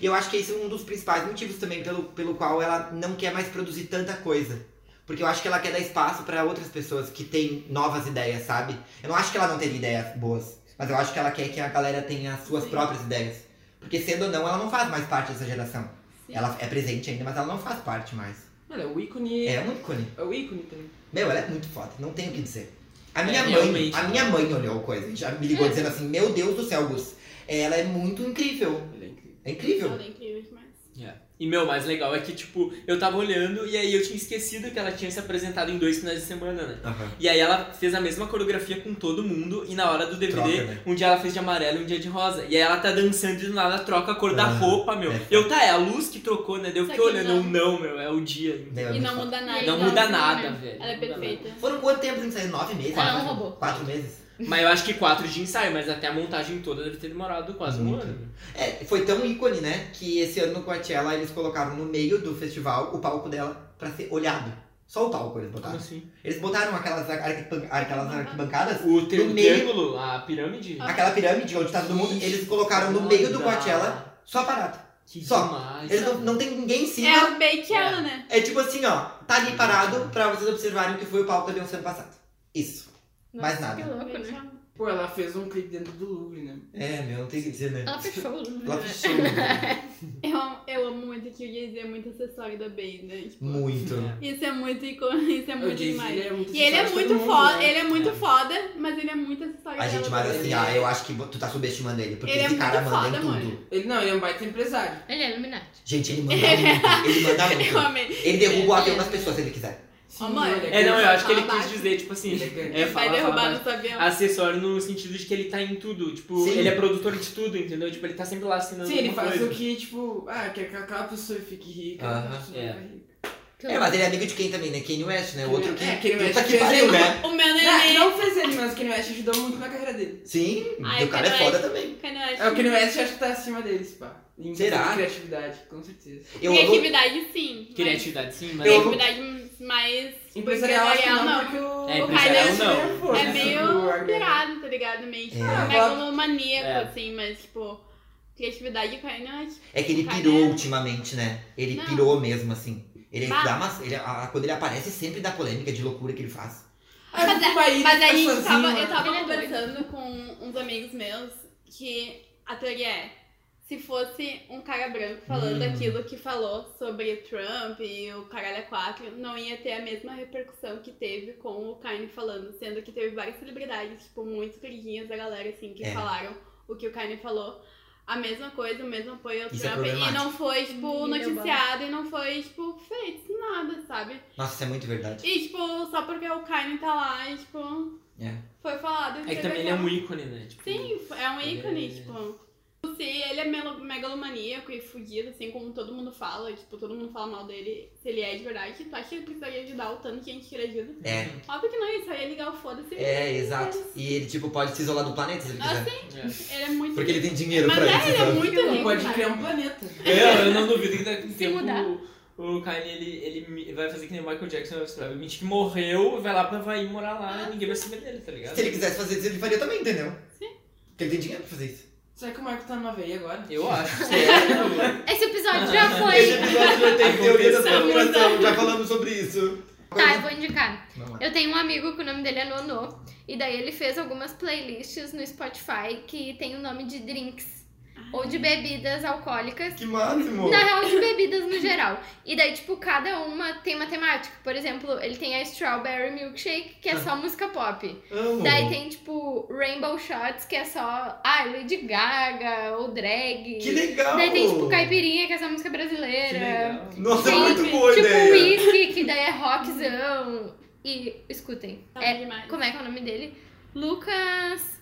A: E eu acho que esse é um dos principais motivos também pelo, pelo qual ela não quer mais produzir tanta coisa. Porque eu acho que ela quer dar espaço pra outras pessoas que têm novas ideias, sabe? Eu não acho que ela não teria ideias boas, mas eu acho que ela quer que a galera tenha as suas
B: Sim.
A: próprias ideias. Porque sendo ou não, ela não faz mais parte dessa geração.
B: Sim.
A: Ela é presente ainda, mas ela não faz parte mais.
F: Mano, é o ícone.
A: É um ícone.
F: É o ícone também.
A: Meu, ela é muito foda, não tenho o que dizer. A minha,
D: É,
A: mãe,
D: realmente.
A: a minha mãe olhou a coisa, já me ligou dizendo assim, meu Deus do céu, Gus, ela é muito incrível.
F: Ela é incrível.
A: É incrível.
B: Ela é incrível demais.
D: É. E, meu, o mais legal é que, tipo, eu tava olhando e aí eu tinha esquecido que ela tinha se apresentado em dois finais de semana, né?
A: Aham.
D: E aí ela fez a mesma coreografia com todo mundo e na hora do DVD,
A: Troca, né?
D: um dia ela fez de amarelo e um dia de rosa. E aí ela tá dançando e do nada troca a cor da
A: Ah,
D: roupa, meu.
A: é.
D: Eu, tá, é a luz que trocou, né? Deu
B: Só
D: fiquei
B: que
D: olhando,
B: não.
D: não. não, meu, é o dia. entendeu?
A: Daí
B: E
A: eu
B: não
A: disse,
B: muda nada.
D: Não
E: Não,
D: muda
E: não,
D: nada,
E: né?
D: velho.
B: Ela é
D: não muda nada.
B: perfeita.
A: Foram quanto tempo sem sair? Nove meses?
E: Ela é um
A: Quatro-
E: robô.
A: Quatro meses?
D: Mas eu acho que quatro de ensaio, mas até a montagem toda deve ter demorado quase um
A: Muito.
D: ano.
A: É, foi tão ícone, né? Que esse ano no Coachella eles colocaram no meio do festival o palco dela pra ser olhado. Só o palco eles
D: Como
A: botaram.
D: assim?
A: Eles botaram aquelas, arquiban- aquelas arquibancadas,
D: O, tri-
A: No
D: o
A: meio.
D: triângulo, a pirâmide.
B: Ah,
A: aquela pirâmide onde tá todo mundo, eles colocaram no meio do Coachella só parado.
D: Que
A: Só.
D: demais.
A: Eles não, não tem ninguém em cima.
B: É a Beychella, né?
A: É tipo assim, ó, tá ali parado pra vocês observarem o que foi o palco da Beyoncé ano passado. Isso. Mais
E: Que
A: nada.
E: louco, né?
B: é
F: Pô, ela fez um clipe dentro do Louvre, né?
A: É, meu, não tem o que dizer, né?
E: Ela fechou. né?
B: um
A: Ela fechou. né?
B: Eu, amo- eu amo muito que o Jay-Z é muito acessório da Bey, né? Tipo,
A: Muito.
B: Isso é muito icônico, isso é
F: Eu
B: muito
F: disse,
B: demais.
F: ele é muito
B: E ele é
F: sucesso de todo
B: muito
F: mundo,
B: foda,
F: né?
B: ele é muito foda, mas ele é muito acessório
A: A
B: dela
A: gente, mas
B: também.
A: assim, ah, eu acho que tu tá subestimando ele, porque
B: Ele é
A: esse cara
B: muito
A: manda em
B: foda,
A: tudo.
B: mano.
F: Ele não, ele é um baita empresário.
E: Ele é Illuminati.
A: Gente, ele manda muito. Ele manda
B: Eu
A: muito.
B: amei.
A: Ele derruba o
B: é
A: avião das pessoas se ele quiser.
F: Sim,
B: Ó, mãe.
F: ele
D: É, não, eu acho que ele
B: Fala
D: quis
B: baixo.
D: dizer, tipo assim,
F: Ele
D: é
B: Vai
D: falar,
B: derrubar
D: falar
B: nosso avião.
F: Ah,
D: acessório no sentido de que ele tá em tudo. Tipo,
A: Sim.
D: ele é produtor de tudo, entendeu? Tipo, ele tá sempre lá assinando
F: Sim, ele
D: alguma
F: faz
D: coisa.
F: o que, tipo, ah, quer que aquela pessoa fique rica,
A: Aham,
F: aquela pessoa
D: é.
F: fica rica.
E: Que
A: É, mas ele é amigo de quem também, né? Kanye West, né? O outro que.
F: É, Kanye West
A: Puta que
F: fez
A: pariu,
F: ele.
A: né?
B: O meu
F: Não,
B: neném.
F: não fez ele, mas o Kanye West ajudou muito na carreira dele.
A: Sim,
B: Ai,
A: o cara é
B: Kanye
A: foda
B: West.
A: também.
F: É, o Kanye West acho que tá acima deles, pá. Em
A: Será?
F: criatividade, com certeza.
A: Eu amo.
B: Criatividade sim. mas
D: Criatividade, é sim, mas.
A: Eu-
B: Criatividade mais
F: é assim. Empresarial acho que não,
B: não.
F: porque o...
D: É,
B: O
D: empresarial
B: Kanye
F: West
D: não.
F: foi,
B: É
F: né?
B: meio pirado, tá ligado? Meio tipo,
A: É.
B: megalomaníaco,
D: É.
B: assim, mas tipo, criatividade com ele não é tipo.
A: É que ele
B: Kanye
A: pirou
B: West.
A: ultimamente, né? Ele
B: Não.
A: pirou mesmo, assim. Ele
B: Bah.
A: dá uma. Ele, a- quando ele aparece, sempre dá polêmica de loucura que ele faz.
F: Ah,
B: Mas
F: fica aí,
B: Mas
F: fica
B: aí eu
A: Tá
F: sozinho,
B: tava,
F: né?
B: eu tava
E: Ele é
B: conversando com uns amigos meus que a teoria é. Se fosse um cara branco falando
A: Hum.
B: aquilo que falou sobre Trump e o Caralho 4, não ia ter a mesma repercussão que teve com o Kanye falando, sendo que teve várias celebridades, tipo, muito queridinhas da galera, assim, que
A: É.
B: falaram o que o Kanye falou. A mesma coisa, o mesmo apoio ao
A: Isso é
B: Trump. e
A: problemático.
B: não foi, tipo,
E: Ninguém Hum, deu
B: noticiado e não foi, tipo, feito nada, sabe?
A: Nossa, isso é muito verdade.
B: E, tipo, só porque o Kanye tá lá e, tipo,
A: É.
B: foi falado.
D: É que também ele é um ícone, né? Tipo,
B: Sim, é um ícone,
D: É.
B: tipo. Não sei, ele é melo- megalomaníaco e fudido, assim, como todo mundo fala. Tipo, todo mundo fala mal dele. Se ele é de verdade, tu acha que ele precisaria ajudar o tanto que a gente queria ajuda?
A: É,
B: Óbvio que não, isso aí é ligar o foda-se.
A: é, exato. E ele, tipo, pode se isolar do planeta se ele
B: Ah,
A: quiser.
D: é.
B: Ele é muito...
A: Porque ele tem dinheiro
B: Mas
A: pra
B: é,
A: isso. então.
B: ele é
A: sabe?
B: muito
F: Não
B: rico,
F: pode
B: cara.
F: criar um planeta.
D: Eu, eu não duvido que daqui a um
E: Se
D: tempo
E: mudar.
D: o, o Kanye ele, ele me- vai fazer que nem o Michael Jackson vai provavelmente que morreu, vai lá pra Havaí morar lá e ninguém vai saber dele, tá ligado?
A: Se ele quisesse fazer isso, ele faria também, entendeu? Sim. Porque ele tem dinheiro pra fazer isso.
F: Será que o Marco tá numa veia agora?
D: Eu acho.
E: Esse episódio já
A: Ah. Esse
E: foi.
A: episódio já tem teoria da
D: Aconteceu.
A: conspiração, já falamos sobre isso.
E: Tá, eu vou indicar.
A: Não, é.
E: Eu tenho um amigo que o nome dele é Nono. E daí ele fez algumas playlists no Spotify que tem o nome de drinks. Ou de bebidas alcoólicas.
A: Que máximo!
E: Na real, de bebidas no geral. E daí, tipo, cada uma tem uma temática. Por exemplo, ele tem a Strawberry Milkshake, que é
A: Ah.
E: só música pop.
A: Amo.
E: Daí tem, tipo, Rainbow Shots, que é só, ah, Lady Gaga ou drag.
A: Que legal!
E: Daí tem, tipo, Caipirinha, que é só música
D: Que
E: brasileira.
D: legal.
A: Nossa, é
E: tem,
A: muito boa
E: tipo,
A: ideia.
E: Whisky, que daí é rockzão. E, escutem,
B: Tá
E: é,
B: demais.
E: como é que é o nome dele? Lucas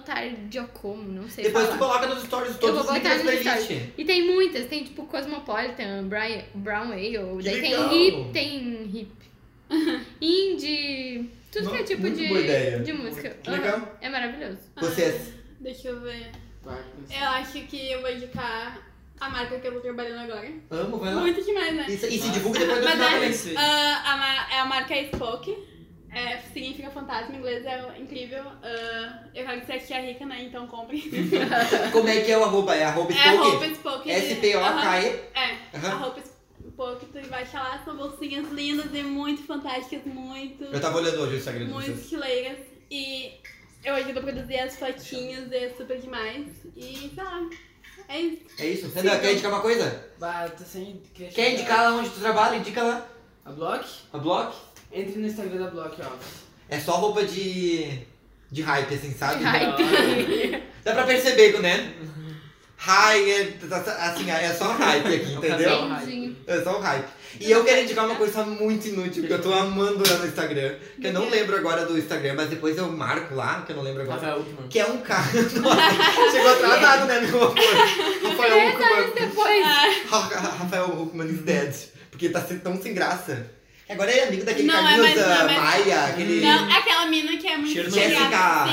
E: Notardiocomo, não sei
A: Depois tu
E: falar.
A: coloca nos stories
E: Eu
A: todos
E: vou
A: os
E: botar
A: links
E: no
A: da
E: stories.
A: playlist.
E: E tem muitas, tem tipo Cosmopolitan, Brian, Brown Ale,
A: Que
E: daí
A: legal.
E: tem hip, tem hip. Indie, tudo que é
A: Nossa,
E: tipo
A: muito boa ideia.
E: de, de música.
A: Que
E: Aham,
A: legal.
E: É maravilhoso.
A: Vocês.
B: Deixa eu ver.
F: Vai,
B: Eu acho que eu vou indicar a marca que eu tô trabalhando agora.
A: Amo, vai lá.
B: Muito demais, né?
A: E, se- e se
D: Nossa.
A: divulga depois do
B: Mas
A: final
B: é-
A: também.
D: Isso aí.
B: Ah, a, ma- é a marca Spoke. É, significa fantasma, em inglês é incrível. Ah, eu quero que você é tia rica, né? Então compre.
A: Como é que é o arroba? É arroba
B: É a
A: Spoke?
B: roupa Spoke. Aham.
A: S-P-O-K-E.
B: É, a
A: Aham.
B: roupa Spoke, tu vai achar lá, são bolsinhas lindas e muito fantásticas, muito,
A: Eu tava olhando hoje o Instagram de
B: muito
A: vocês.
B: estileiras. E eu ajudo a produzir as fotinhas, é super demais. E sei lá, é isso.
A: É isso? Você ainda quer indicar uma coisa?
F: Bah, eu tô tá sem criatividade.
A: Quer indicar lá onde tu trabalha? Indica lá.
F: A Block?
A: A Block.
F: Entre no Instagram da Block, ó.
A: É só roupa de. de hype, assim, sabe?
E: Hype.
A: Dá pra perceber, né? Hi, é- assim, é só hype aqui,
D: É um
A: entendeu?
D: casal.
E: Entendi.
A: É só o hype. E eu quero indicar uma coisa muito inútil que eu tô amando lá no Instagram. Que eu não lembro agora do Instagram, mas depois eu marco lá, que eu não lembro agora.
D: Rafael Ultman.
A: Que é um cara. Nossa, chegou atrasado, né, meu amor? Rafael Huckman.
E: Depois.
B: Ah,
A: Ra- Ah, Rafael Huckman is dead. Porque tá sendo tão sem graça. Agora é amigo daquele
B: Não, é
A: Carlinhos
B: mais- não, é
A: ah,
B: mais-
A: Maia, aquele.
B: Não, aquela mina que é muito
D: Cheiro no
B: chegada.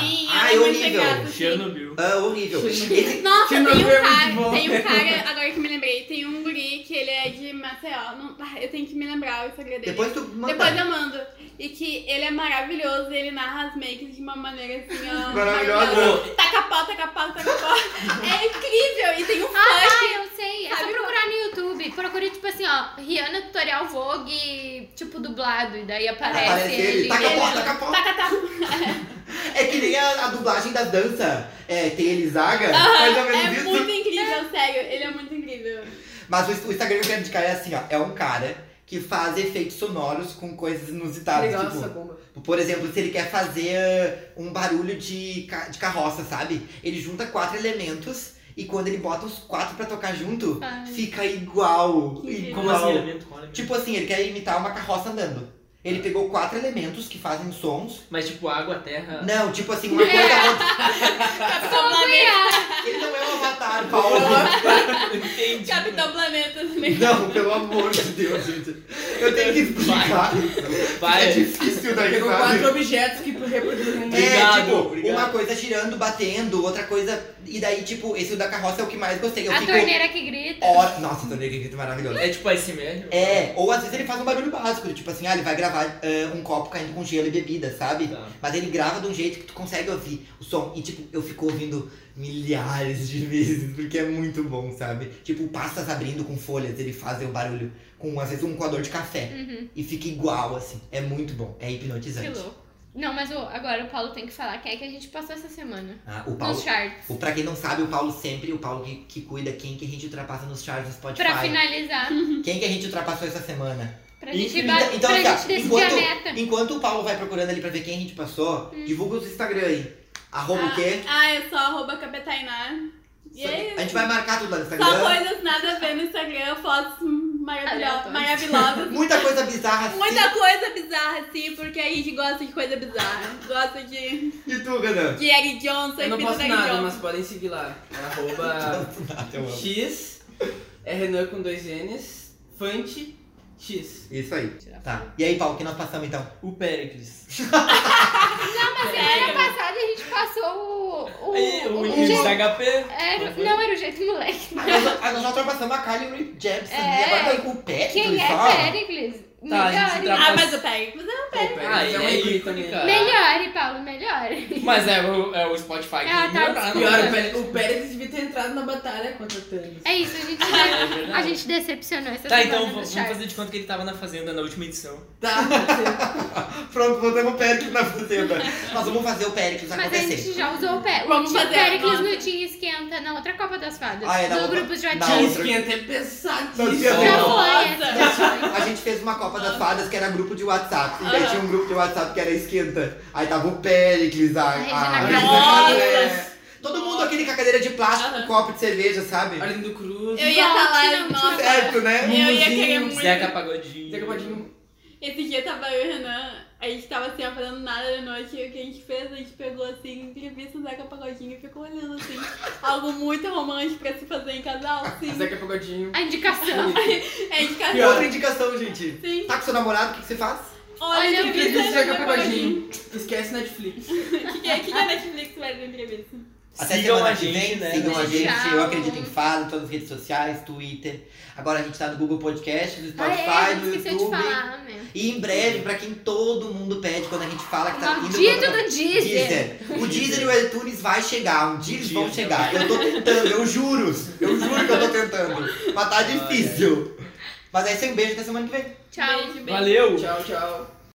A: Jéssica.
B: Sim,
A: Ai,
B: ela é muito
A: horrível.
B: chegada. Sim.
D: Chernobyl.
A: Ah, horrível. Esse-
B: Nossa, tem
F: Chernobyl
B: um
F: é muito bom.
B: cara, tem um cara, agora que me lembrei, tem um guri que ele é de Maceió. Não, ah, eu tenho que me lembrar o Instagram dele.
A: Depois tu manda.
B: Depois eu mando. E que ele é maravilhoso, ele narra as makes de uma maneira assim, ó.
A: Maravilhosa.
B: Taca pau, taca pau, taca pau. É incrível. E tem um fã.
E: Ah, eu sei. É só procurar no YouTube. Procure, tipo assim, ó, Rihanna Tutorial Vogue, tipo, dublado. E daí aparece,
A: Aparece ele.
E: ele.
A: Taca a
E: ele-
A: porta, taca a porta.
B: Taca, taca.
A: É que nem a, a dublagem da dança. É, tem Elisaga, mais ou menos
B: É
A: isso.
B: muito incrível, sério. Ele é muito incrível.
A: Mas o, o Instagram que eu quero indicar é assim, ó. É um cara que faz efeitos sonoros com coisas inusitadas.
F: Legal
A: tipo,
F: essa bomba.
A: por exemplo, se ele quer fazer ah, um barulho de, ca- de carroça, sabe? Ele junta quatro elementos e quando ele bota os quatro pra tocar junto,
E: Ai.
A: fica igual. igual.
D: Como assim, elemento? Qual elemento?
A: Tipo assim, ele quer imitar uma carroça andando. Ele pegou quatro elementos que fazem sons.
D: Mas tipo, água, terra.
A: Não, tipo assim, uma coisa.
B: Capitão Planeta.
E: Olha,
A: Ele não é um avatar, Paulo.
D: Entendi.
B: Capitão Planeta também.
A: Não, pelo amor de Deus, gente. Eu tenho que explicar.
D: Vai.
A: É difícil daí,
F: Pegou
A: sabe?
F: quatro objetos que reproduzem.
A: É,
D: Obrigado,
A: tipo,
D: obrigado.
A: uma coisa girando, batendo, outra coisa. E daí, tipo, esse da carroça é o que mais gostei. Eu
E: a
A: fico.
E: torneira que grita.
A: hor- Nossa, a torneira que grito maravilhoso.
D: É tipo iceberg?
A: É, ou às vezes ele faz um barulho básico, tipo assim, ah, ele vai gravar ah, um copo caindo com gelo e bebida, sabe?
D: Tá.
A: Mas ele grava de um jeito que tu consegue ouvir o som. E, tipo, eu fico ouvindo milhares de vezes, porque é muito bom, sabe? Tipo, pastas abrindo com folhas, ele faz o barulho com, às vezes, um coador de café.
E: Uhum,
A: E fica igual, assim. É muito bom. É
E: que
A: hipnotizante.
E: louco. Não, mas o- agora o Paulo tem que falar que é que a gente passou essa semana.
A: Ah, o Paulo.
E: Nos charts.
A: O, pra quem não sabe, o Paulo sempre, o Paulo que, que cuida quem que a gente ultrapassa nos charts do Spotify.
E: Pra finalizar,
A: Quem que a gente ultrapassou essa semana?
E: pra gente,
D: Então-
E: ba-
A: então,
E: pra
A: aqui, ó,
E: gente decidir
A: enquanto-
E: a meta. Hum.
A: Enquanto o Paulo vai procurando ali pra ver quem a gente passou, divulga os Instagram aí. Arroba o quê?
B: Ah, é só arroba Capetainá. E é
A: A gente vai marcar tudo lá no Instagram.
B: Só coisas nada a ver no Instagram, fotos maravilho-
E: Aleatórias.
B: maravilhosas.
A: Muita coisa bizarra. assim.
B: Muita coisa bizarra, assim, porque a gente gosta de coisa bizarra. Gosta de,
A: E tu, Renan?
B: de Eric Johnson,
F: Eu não
B: Pita
F: posso
D: tá
B: da
F: nada,
B: Johnson.
F: mas podem seguir lá. É Arroba X, é Renan com dois N's, Fante X.
A: Isso aí. Tá. E aí, Paulo, o que nós passamos então?
D: O Pericles.
E: Mas semana passada a gente passou o. o,
D: Aí, o
E: o
D: Williams
E: jeito-
D: HP.
E: era-
D: Qual foi?
E: não, era o jeito moleque.
A: Ah, nós, ah, nós já ultrapassamos a Kylie Jepsen.
E: É.
A: E agora tá com o
D: Então
A: Péricles
E: Quem é
A: só.
E: Pericles?
D: Tá, a gente
E: Melhore.
D: tra-
B: Ah, mas o Peg. Mas eu
D: Ah,
F: um
D: ele é ícone, cara.
E: Melhore, Paulo, melhore.
D: Mas é o, é o Spotify que
E: Ah, tá,
D: melhorar,
E: desculpa.
D: não
F: Pior,
D: é?
F: o Pérez, o Pérez devia ter entrado na batalha contra o Thanos.
E: É isso, a gente,
D: É verdade.
E: a gente decepcionou essa
D: Tá,
E: semana
D: então
E: no
D: vamos
E: chart.
D: fazer de conta que ele tava na fazenda na última edição.
F: Tá, pode
A: Pronto, botamos o Péricles na fazenda. nós vamos fazer o Péricles
E: Mas a
A: acontecer.
E: gente já usou o pé. é
B: Vamos
E: o
B: fazer a
E: Pericles
B: nota.
E: no Team Esquenta na outra Copa das Fadas.
A: Ah, é, na
E: do
A: outra-
E: grupo de
A: na
D: Tá
E: WhatsApp.
F: ser.
A: outra.
F: Isso que ia ter
A: Não,
D: é
F: pesadíssimo.
A: tinha
E: Já
A: não.
E: foi essa.
B: Nossa.
E: já foi.
A: A gente fez uma Copa
E: Ah.
A: das Fadas que era grupo de WhatsApp. E daí tinha um grupo de WhatsApp que era esquenta. Aí tava o Péricles, a, a,
E: Regina
A: Regina
B: Casé.
A: Casé. Todo mundo aquele com a cadeira de plástico, com
B: Aham.
A: copo de cerveja, sabe?
F: Ordem do Cruz.
B: eu ia estar lá,
E: Não,
B: nossa.
A: Certo, né?
B: Eu ia
D: Mumuzinho,
B: querer muito.
D: Zeca Pagodinho.
F: Você acabou de-
B: Esse dia tava eu e o Renan, a gente tava assim, ó, fazendo nada de noite, e o que a gente fez, a gente pegou assim, entrevista o Zeca Pagodinho e ficou olhando assim, algo muito romântico pra se fazer em casal, assim.
F: Zeca Pagodinho.
E: A indicação.
B: A gente
A: E
B: casou
A: outra indicação, gente.
B: assim,
A: Tá com seu namorado, o que, que você faz?
B: olha a
F: Entrevista
B: entrevista
F: de
B: do
F: Zeca
B: Zeca Pagodinho.
F: Pagodinho. Esquece Netflix.
B: O que, é- que que a Netflix vai dar entrevista?
A: Até
D: Sigam
A: semana
D: a
A: que
D: gente,
A: vem,
D: né?
A: sigam a gente.
E: Tchau.
A: Eu acredito em fala, em todas as redes sociais, Twitter. Agora a gente tá no Google Podcast, no
E: Ah,
A: Spotify,
E: é, a gente
A: no
E: esqueceu de
A: YouTube.
E: falar, meu.
A: E em breve, pra quem todo mundo pede quando a gente fala que tá indo
E: Maldito
A: pra-
E: do Deezer.
A: Deezer. O Deezer e o iTunes vai chegar, um dia eles vão
D: Deezer.
A: chegar. Eu tô tentando, eu juro. Eu juro que eu tô tentando. Mas tá difícil. Mas é isso aí, um beijo até semana que vem.
E: Tchau.
B: Beijo, beijo.
D: Valeu!
F: Tchau, tchau.